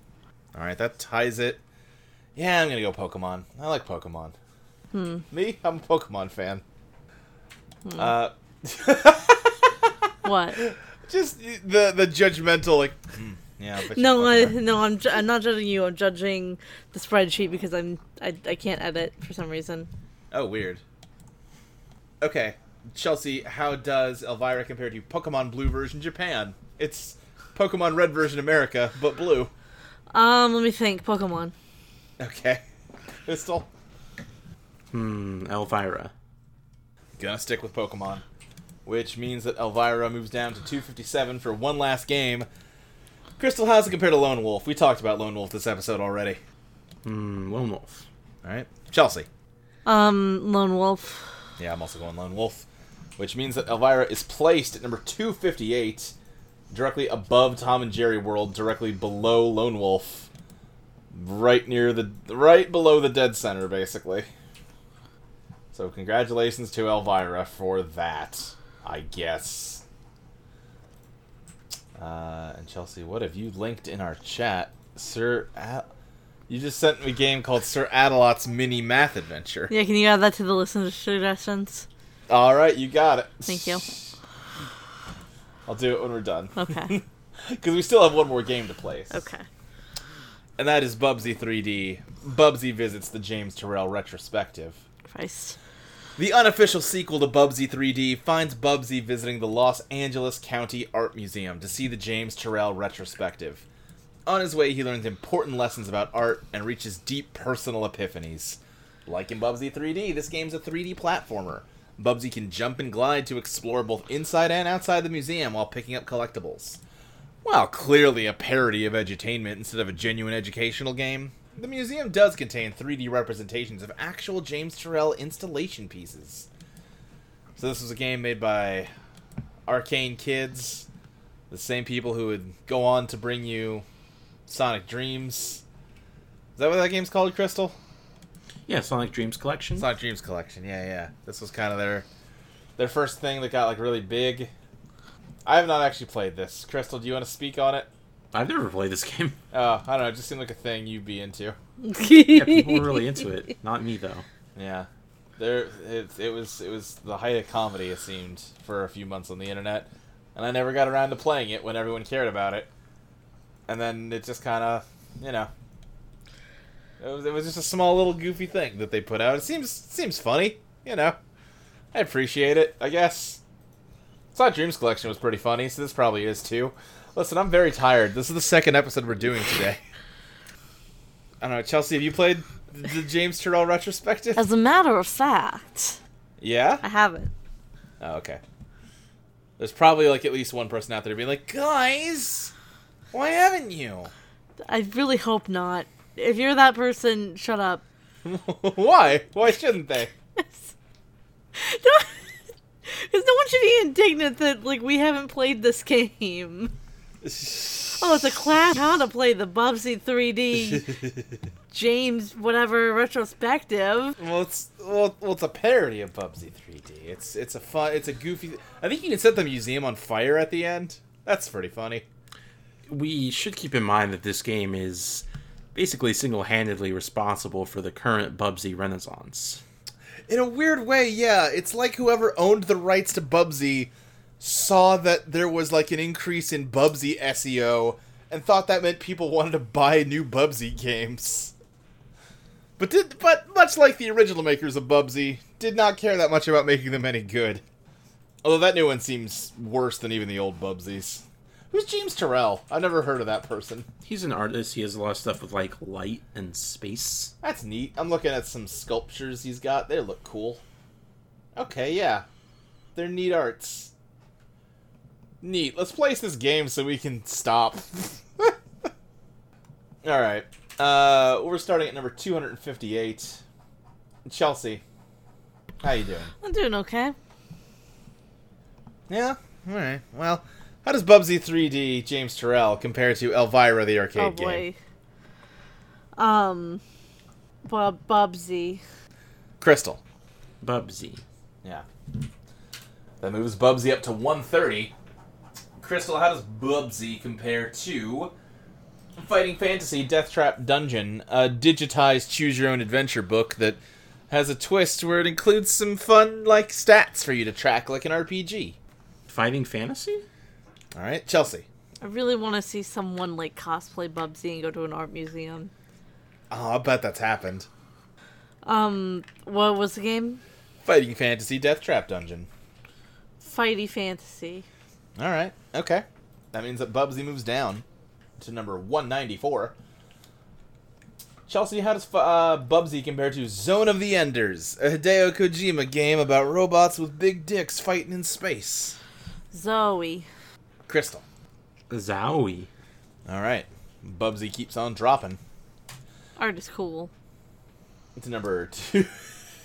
Speaker 2: All right, that ties it. Yeah, I'm gonna go Pokemon. I like Pokemon. Me, I'm a Pokemon fan. Uh,
Speaker 3: What?
Speaker 2: just the the judgmental like. "Hmm, yeah. bet you
Speaker 3: No, uh, I,
Speaker 2: Pokemon."
Speaker 3: no, I'm, ju- I'm not judging you. I'm judging the spreadsheet because I'm I, I can't edit for some reason.
Speaker 2: Oh, weird. Okay, Chelsea, how does Elvira compare to Pokemon Blue version Japan? It's Pokemon Red version America, but blue.
Speaker 3: Um, let me think. Pokemon.
Speaker 2: Okay, Crystal.
Speaker 4: Hmm, Elvira.
Speaker 2: Gonna stick with Pokemon. Which means that Elvira moves down to 257 for one last game. Crystal, how's it compared to Lone Wolf? We talked about Lone Wolf this episode already.
Speaker 4: Hmm, Lone Wolf.
Speaker 2: Alright. Chelsea.
Speaker 3: Um, Lone Wolf.
Speaker 2: Yeah, I'm also going Lone Wolf. Which means that Elvira is placed at number 258, directly above Tom and Jerry World, directly below Lone Wolf. Right near the. right below the dead center, basically. So, congratulations to Elvira for that, I guess. Uh, and Chelsea, what have you linked in our chat? Sir. Ad- you just sent me a game called Sir Adelot's Mini Math Adventure.
Speaker 3: Yeah, can you add that to the listener suggestions?
Speaker 2: All right, you got it.
Speaker 3: Thank you.
Speaker 2: I'll do it when we're done
Speaker 3: Okay.
Speaker 2: because we still have one more game to play.
Speaker 3: Okay.
Speaker 2: And that is Bubsy 3D. Bubsy visits the James Terrell retrospective.
Speaker 3: Christ.
Speaker 2: The unofficial sequel to Bubsy 3D finds Bubsy visiting the Los Angeles County Art Museum to see the James Terrell retrospective. On his way, he learns important lessons about art and reaches deep personal epiphanies. Like in Bubsy 3D, this game's a 3D platformer. Bubsy can jump and glide to explore both inside and outside the museum while picking up collectibles. While clearly a parody of edutainment instead of a genuine educational game, the museum does contain 3D representations of actual James Terrell installation pieces. So this was a game made by Arcane Kids, the same people who would go on to bring you Sonic Dreams. Is that what that game's called, Crystal?
Speaker 4: Yeah, Sonic Dreams Collection.
Speaker 2: Sonic Dreams Collection. Yeah, yeah. This was kind of their their first thing that got like really big. I have not actually played this. Crystal, do you want to speak on it?
Speaker 4: I've never played this game.
Speaker 2: Oh, I don't know. It just seemed like a thing you'd be into.
Speaker 4: Yeah, people were really into it. Not me though.
Speaker 2: Yeah, there. It, it was it was the height of comedy. It seemed for a few months on the internet, and I never got around to playing it when everyone cared about it. And then it just kind of, you know, it was, it was just a small little goofy thing that they put out. It seems seems funny, you know. I appreciate it, I guess. Sonic Dreams Collection was pretty funny, so this probably is too. Listen, I'm very tired. This is the second episode we're doing today. I don't know, Chelsea. Have you played the James Turrell retrospective?
Speaker 3: As a matter of fact,
Speaker 2: Yeah.
Speaker 3: I haven't.
Speaker 2: Oh, okay. There's probably like at least one person out there being like, guys, why haven't you?
Speaker 3: I really hope not. If you're that person, shut up.
Speaker 2: why? Why shouldn't they?
Speaker 3: Because no one should be indignant that like we haven't played this game. Oh, it's a class how to play the Bubsy 3D James whatever retrospective.
Speaker 2: Well, it's well, well, it's a parody of Bubsy 3D. It's it's a fun, it's a goofy. I think you can set the museum on fire at the end. That's pretty funny.
Speaker 4: we should keep in mind that this game is basically single-handedly responsible for the current Bubsy Renaissance.
Speaker 2: In a weird way, yeah. It's like whoever owned the rights to Bubsy saw that there was like an increase in Bubsy SEO and thought that meant people wanted to buy new Bubsy games. But did but much like the original makers of Bubsy, did not care that much about making them any good. Although that new one seems worse than even the old Bubsies. Who's James Terrell? I've never heard of that person.
Speaker 4: He's an artist. He has a lot of stuff with like light and space.
Speaker 2: That's neat. I'm looking at some sculptures he's got. They look cool. Okay, yeah. They're neat arts. Neat. Let's place this game so we can stop. Alright. Uh we're starting at number 258. Chelsea. How you doing?
Speaker 3: I'm doing okay.
Speaker 2: Yeah? Alright. Well, how does Bubsy 3D James Terrell compare to Elvira the arcade
Speaker 3: oh
Speaker 2: game?
Speaker 3: boy. Um Bob Bubsy.
Speaker 2: Crystal.
Speaker 4: Bubsy.
Speaker 2: Yeah. That moves Bubsy up to 130. Crystal, how does Bubsy compare to Fighting Fantasy Death Trap Dungeon, a digitized choose your own adventure book that has a twist where it includes some fun like stats for you to track like an RPG.
Speaker 4: Fighting fantasy?
Speaker 2: All right, Chelsea.
Speaker 3: I really want to see someone like cosplay Bubsy and go to an art museum.
Speaker 2: Oh, I bet that's happened.
Speaker 3: Um what was the game?
Speaker 2: Fighting Fantasy Death Trap Dungeon.
Speaker 3: Fighty Fantasy.
Speaker 2: All right. Okay. That means that Bubsy moves down to number 194. Chelsea, how does uh, Bubsy compare to Zone of the Enders, a Hideo Kojima game about robots with big dicks fighting in space?
Speaker 3: Zoe.
Speaker 2: Crystal.
Speaker 4: Zowie.
Speaker 2: All right. Bubsy keeps on dropping
Speaker 3: Art is cool.
Speaker 2: to number two.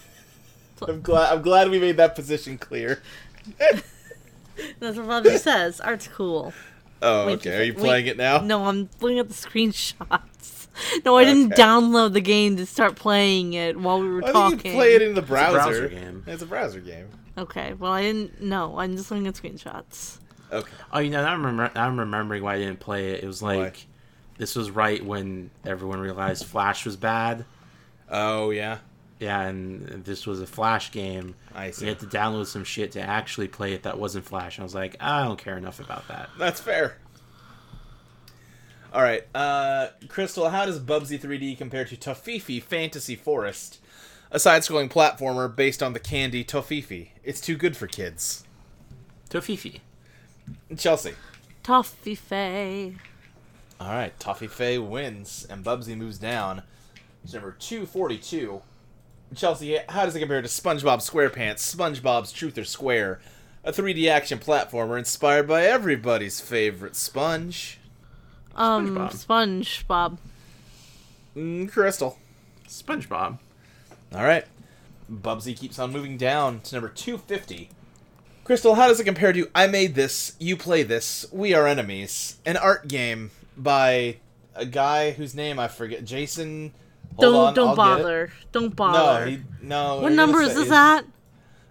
Speaker 2: I'm glad. I'm glad we made that position clear.
Speaker 3: That's what Bubsy says. Art's cool.
Speaker 2: Oh,
Speaker 3: Wait,
Speaker 2: okay. Are you
Speaker 3: wait,
Speaker 2: playing it now?
Speaker 3: No, I'm looking at the screenshots. No, I didn't
Speaker 2: Okay.
Speaker 3: download the game to start playing it while we were
Speaker 2: I
Speaker 3: talking.
Speaker 2: think you play it in the browser.
Speaker 4: browser game.
Speaker 2: It's a browser game.
Speaker 3: Okay, well, I didn't. No, I'm just looking at screenshots.
Speaker 2: Okay.
Speaker 4: Oh, you know, now I'm, remem- now I'm remembering why I didn't play it. It was like
Speaker 2: Why?
Speaker 4: this was right when everyone realized Flash was bad.
Speaker 2: Oh yeah.
Speaker 4: Yeah, and this was a Flash game.
Speaker 2: I see.
Speaker 4: We had to download some shit to actually play it that wasn't Flash. And I was like, I don't care enough about that.
Speaker 2: That's fair. All right, uh, Crystal, how does Bubsy 3D compare to Tofifi Fantasy Forest, a side-scrolling platformer based on the candy Tofifi? It's too good for kids.
Speaker 4: Tofifi.
Speaker 2: Chelsea.
Speaker 3: Toffee Fay.
Speaker 2: All right, Tofifi wins, and Bubsy moves down to number 242. Chelsea, how does it compare to SpongeBob SquarePants, SpongeBob's Truth or Square, a 3D action platformer inspired by everybody's favorite sponge?
Speaker 3: Um, SpongeBob.
Speaker 2: Mm, Crystal.
Speaker 4: SpongeBob.
Speaker 2: All right. Bubsy keeps on moving down to number 250. Crystal, how does it compare to I Made This, You Play This, We Are Enemies, an art game by a guy whose name I forget, Jason. Hold
Speaker 3: Don't
Speaker 2: on,
Speaker 3: don't
Speaker 2: I'll get it.
Speaker 3: bother. Don't
Speaker 2: No,
Speaker 3: bother.
Speaker 2: he, no.
Speaker 3: what
Speaker 2: you're
Speaker 3: number
Speaker 2: gonna
Speaker 3: is
Speaker 2: say-
Speaker 3: this at?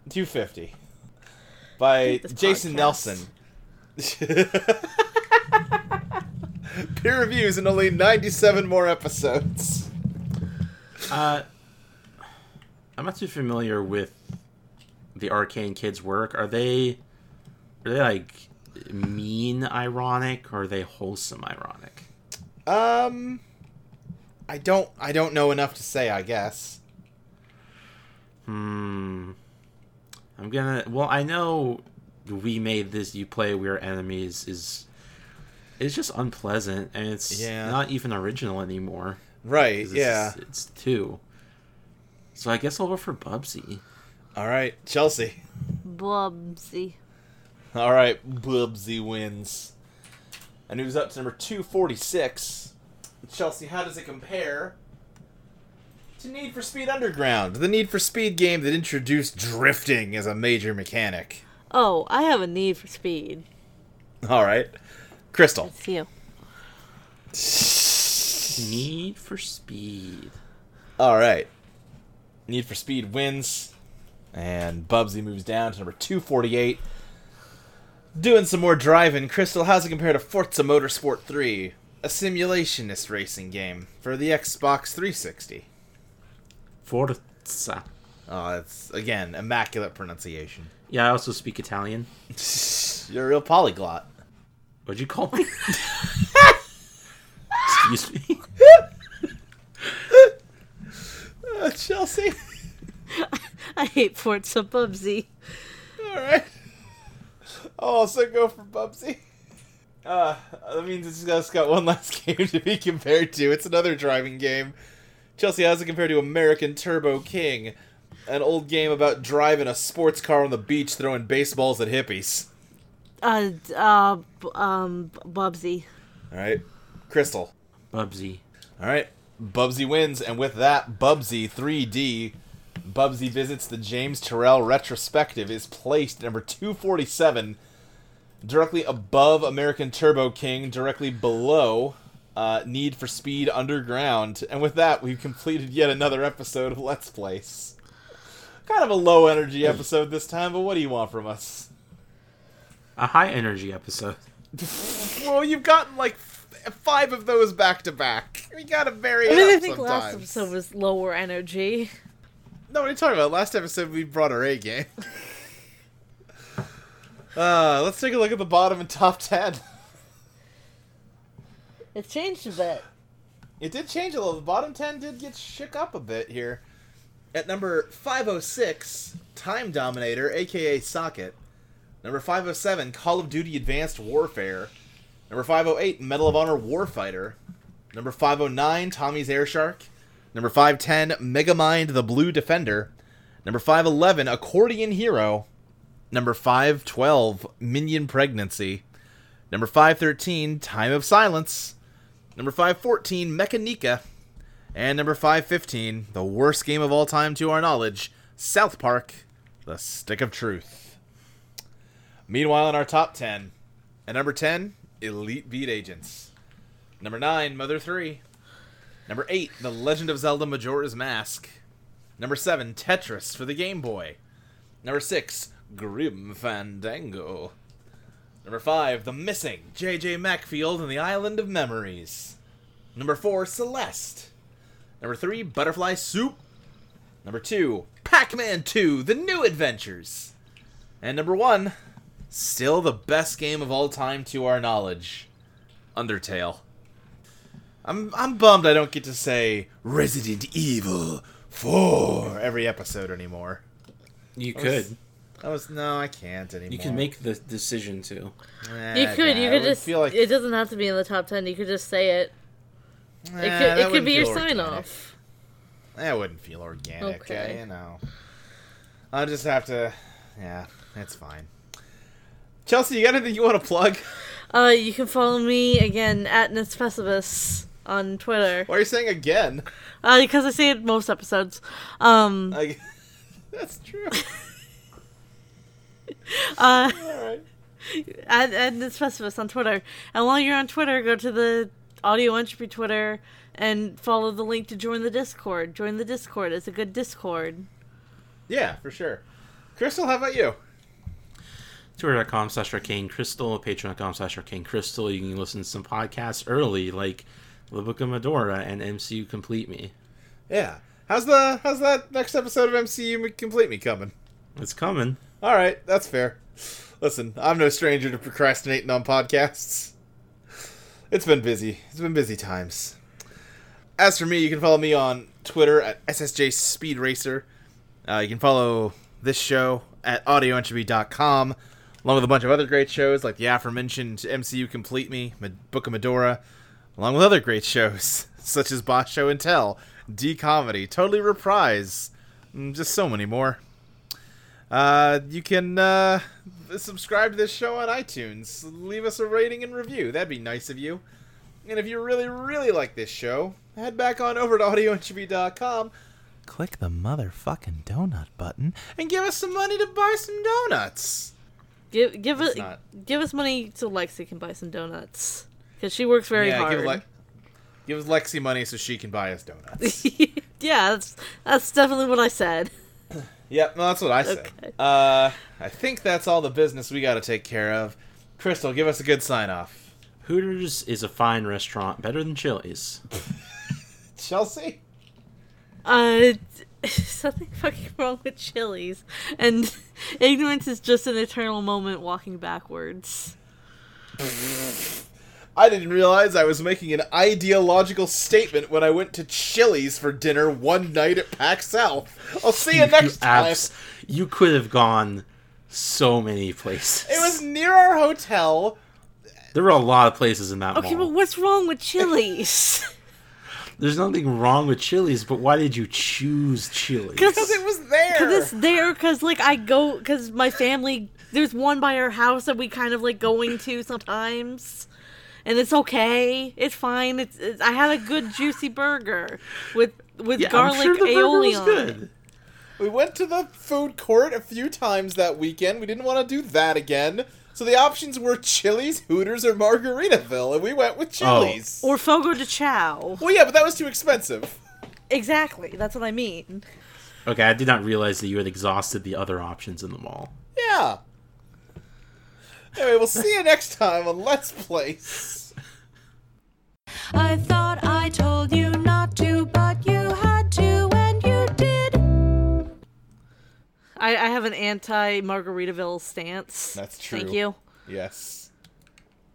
Speaker 2: 250. By
Speaker 3: hate this
Speaker 2: Jason
Speaker 3: podcast.
Speaker 2: Nelson. Peer reviews and only 97 more episodes.
Speaker 4: Uh, I'm not too familiar with the Arcane Kids' work. Are they are they like mean ironic or are they wholesome ironic?
Speaker 2: Um, I don't. I don't know enough to say. I guess.
Speaker 4: Hmm. I'm gonna. Well, I know we made this. You play. We are enemies. Is it's just unpleasant and it's
Speaker 2: Yeah.
Speaker 4: not even original anymore.
Speaker 2: Right.
Speaker 4: 'cause
Speaker 2: Yeah.
Speaker 4: it's- It's two. So I guess I'll go for Bubsy.
Speaker 2: All right, Chelsea.
Speaker 3: Bubsy.
Speaker 2: All right, Bubsy wins. And moves up to number two forty six. Chelsea, how does it compare to Need for Speed Underground, the Need for Speed game that introduced drifting as a major mechanic?
Speaker 3: Oh, I have a need for speed.
Speaker 2: All right, Crystal.
Speaker 3: It's you.
Speaker 4: Need for Speed.
Speaker 2: All right. Need for Speed wins, and Bubsy moves down to number 248. Doing some more driving. Crystal, how's it compare to Forza Motorsport 3, a simulationist racing game for the Xbox 360?
Speaker 4: Forza.
Speaker 2: Oh, it's, again, immaculate pronunciation.
Speaker 4: Yeah, I also speak Italian.
Speaker 2: You're a real polyglot.
Speaker 4: What'd you call me? Excuse me.
Speaker 2: Uh, Chelsea.
Speaker 3: I hate Forza Bubsy.
Speaker 2: All right. I'll also go for Bubsy. Uh, that means it's just got one last game to be compared to. It's another driving game. Chelsea, how's it compared to American Turbo King? An old game about driving a sports car on the beach throwing baseballs at hippies.
Speaker 3: Uh, d- uh, b- um, b- Bubsy.
Speaker 2: All right. Crystal.
Speaker 4: Bubsy.
Speaker 2: All right. Bubsy wins, and with that, Bubsy 3D. Bubsy visits the James Terrell retrospective is placed number 247, directly above American Turbo King, directly below uh, Need for Speed Underground. And with that, we've completed yet another episode of Let's Place. Kind of a low energy episode this time, but what do you want from us?
Speaker 4: A high energy episode.
Speaker 2: Well, you've gotten like f- five of those back to back. We gotta vary it
Speaker 3: I mean, I
Speaker 2: up
Speaker 3: think
Speaker 2: sometimes.
Speaker 3: last episode was lower energy.
Speaker 2: No, what are you talking about? Last episode we brought our A game. uh, let's take a look at the bottom and top ten.
Speaker 3: It changed a bit.
Speaker 2: It did change a little. The bottom ten did get shook up a bit here. At number five oh six, Time Dominator, aka Socket. Number five oh seven, Call of Duty Advanced Warfare. Number five oh eight, Medal of Honor Warfighter. Number five oh nine, Tommy's Air Shark. Number five ten, Megamind the Blue Defender. Number five eleven, Accordion Hero. Number five twelve, Minion Pregnancy. Number five thirteen, Time of Silence. Number 514, Mechanica. And number 515, the worst game of all time to our knowledge, South Park, The Stick of Truth. Meanwhile, in our top 10, at number 10, Elite Beat Agents. Number 9, Mother 3. Number 8, The Legend of Zelda Majora's Mask. Number 7, Tetris for the Game Boy. Number 6, Grim Fandango. Number five, The Missing, J.J. Macfield and the Island of Memories. Number four, Celeste. Number three, Butterfly Soup. Number two, Pac Man 2, The New Adventures. And number one, still the best game of all time to our knowledge, Undertale. I'm, I'm bummed I don't get to say Resident Evil 4 every episode anymore.
Speaker 4: You could.
Speaker 2: I was, no, I can't anymore.
Speaker 4: You can make the decision to.
Speaker 2: Eh,
Speaker 3: You could,
Speaker 2: I
Speaker 3: you could
Speaker 2: would
Speaker 3: just.
Speaker 2: feel like
Speaker 3: It doesn't have to be in the top ten. You could just say it. It
Speaker 2: Nah,
Speaker 3: could,
Speaker 2: that
Speaker 3: it could
Speaker 2: wouldn't
Speaker 3: be your
Speaker 2: feel
Speaker 3: sign
Speaker 2: organic.
Speaker 3: off.
Speaker 2: That wouldn't feel organic,
Speaker 3: Okay.
Speaker 2: uh, you know. I'll just have to. Yeah, that's fine. Chelsea, you got anything you want to plug?
Speaker 3: Uh, you can follow me again at Nespecibus on Twitter.
Speaker 2: Why are you saying again?
Speaker 3: Uh, because I say it most episodes. Um,
Speaker 2: Like, that's true.
Speaker 3: uh,
Speaker 2: All right.
Speaker 3: at, at Nespecibus on Twitter. And while you're on Twitter, go to the Audio Entropy Twitter and follow the link to join the Discord. Join the Discord. It's a good Discord.
Speaker 2: Yeah, for sure. Crystal, how about you?
Speaker 4: Twitter.com slash arcane crystal, patreon.com slash arcane crystal. You can listen to some podcasts early, like The Book of Medora and MCU Complete Me.
Speaker 2: Yeah. How's the how's that next episode of MCU Complete Me coming?
Speaker 4: It's coming.
Speaker 2: All right, that's fair. Listen, I'm no stranger to procrastinating on podcasts. It's been busy. It's been busy times. As for me, you can follow me on Twitter at SSJ Speed Racer. Uh, you can follow this show at audioentropy.com, along with a bunch of other great shows like the aforementioned MCU Complete Me, Med- Book of Medora, along with other great shows such as Bot Show and Tell, D Comedy, Totally Reprise, and just so many more. Uh, you can uh, subscribe to this show on iTunes. Leave us a rating and review. That'd be nice of you. And if you really, really like this show, head back on over to audioentropy.com, click the motherfucking donut button, and give us some money to buy some donuts.
Speaker 3: Give give us
Speaker 2: not.
Speaker 3: give us money so Lexi can buy some donuts because she works very
Speaker 2: yeah,
Speaker 3: hard.
Speaker 2: give like Give Lexi money so she can buy us donuts.
Speaker 3: yeah, that's that's definitely what I said.
Speaker 2: yep, no, that's what I said.
Speaker 3: Okay.
Speaker 2: Uh, I think that's all the business we got to take care of. Crystal, give us a good sign off.
Speaker 4: Hooters is a fine restaurant, better than Chili's.
Speaker 2: Chelsea?
Speaker 3: Uh, something fucking wrong with Chili's, and ignorance is just an eternal moment walking backwards.
Speaker 2: I didn't realize I was making an ideological statement when I went to Chili's for dinner one night at Pack South. I'll see you next time.
Speaker 4: abs- You could have gone so many places.
Speaker 2: It was near our hotel.
Speaker 4: There were a lot of places in that
Speaker 3: Okay,
Speaker 4: mall.
Speaker 3: but what's wrong with Chili's?
Speaker 4: There's nothing wrong with Chili's, but why did you choose Chili's?
Speaker 2: Because it was there.
Speaker 3: Cause it's there because like I go because my family there's one by our house that we kind of like going to sometimes, and it's okay, it's fine. It's, it's I had a good juicy burger with with
Speaker 4: Yeah, I'm
Speaker 3: garlic
Speaker 4: sure the burger
Speaker 3: aioli
Speaker 4: was
Speaker 3: on it.
Speaker 4: good.
Speaker 2: We went to the food court a few times that weekend. We didn't want to do that again. So the options were Chili's, Hooters, or Margaritaville, and we went with Chili's.
Speaker 3: Or Fogo de Chao.
Speaker 2: well, yeah, but that was too expensive.
Speaker 3: Exactly, that's what I mean.
Speaker 4: Okay, I did not realize that you had exhausted the other options in the mall.
Speaker 2: Yeah. Anyway, we'll see you next time on Let's Place.
Speaker 1: I thought I told you not to, but you had to, and you did.
Speaker 3: I, I have an anti Margaritaville stance.
Speaker 2: That's true.
Speaker 3: Thank you.
Speaker 2: Yes.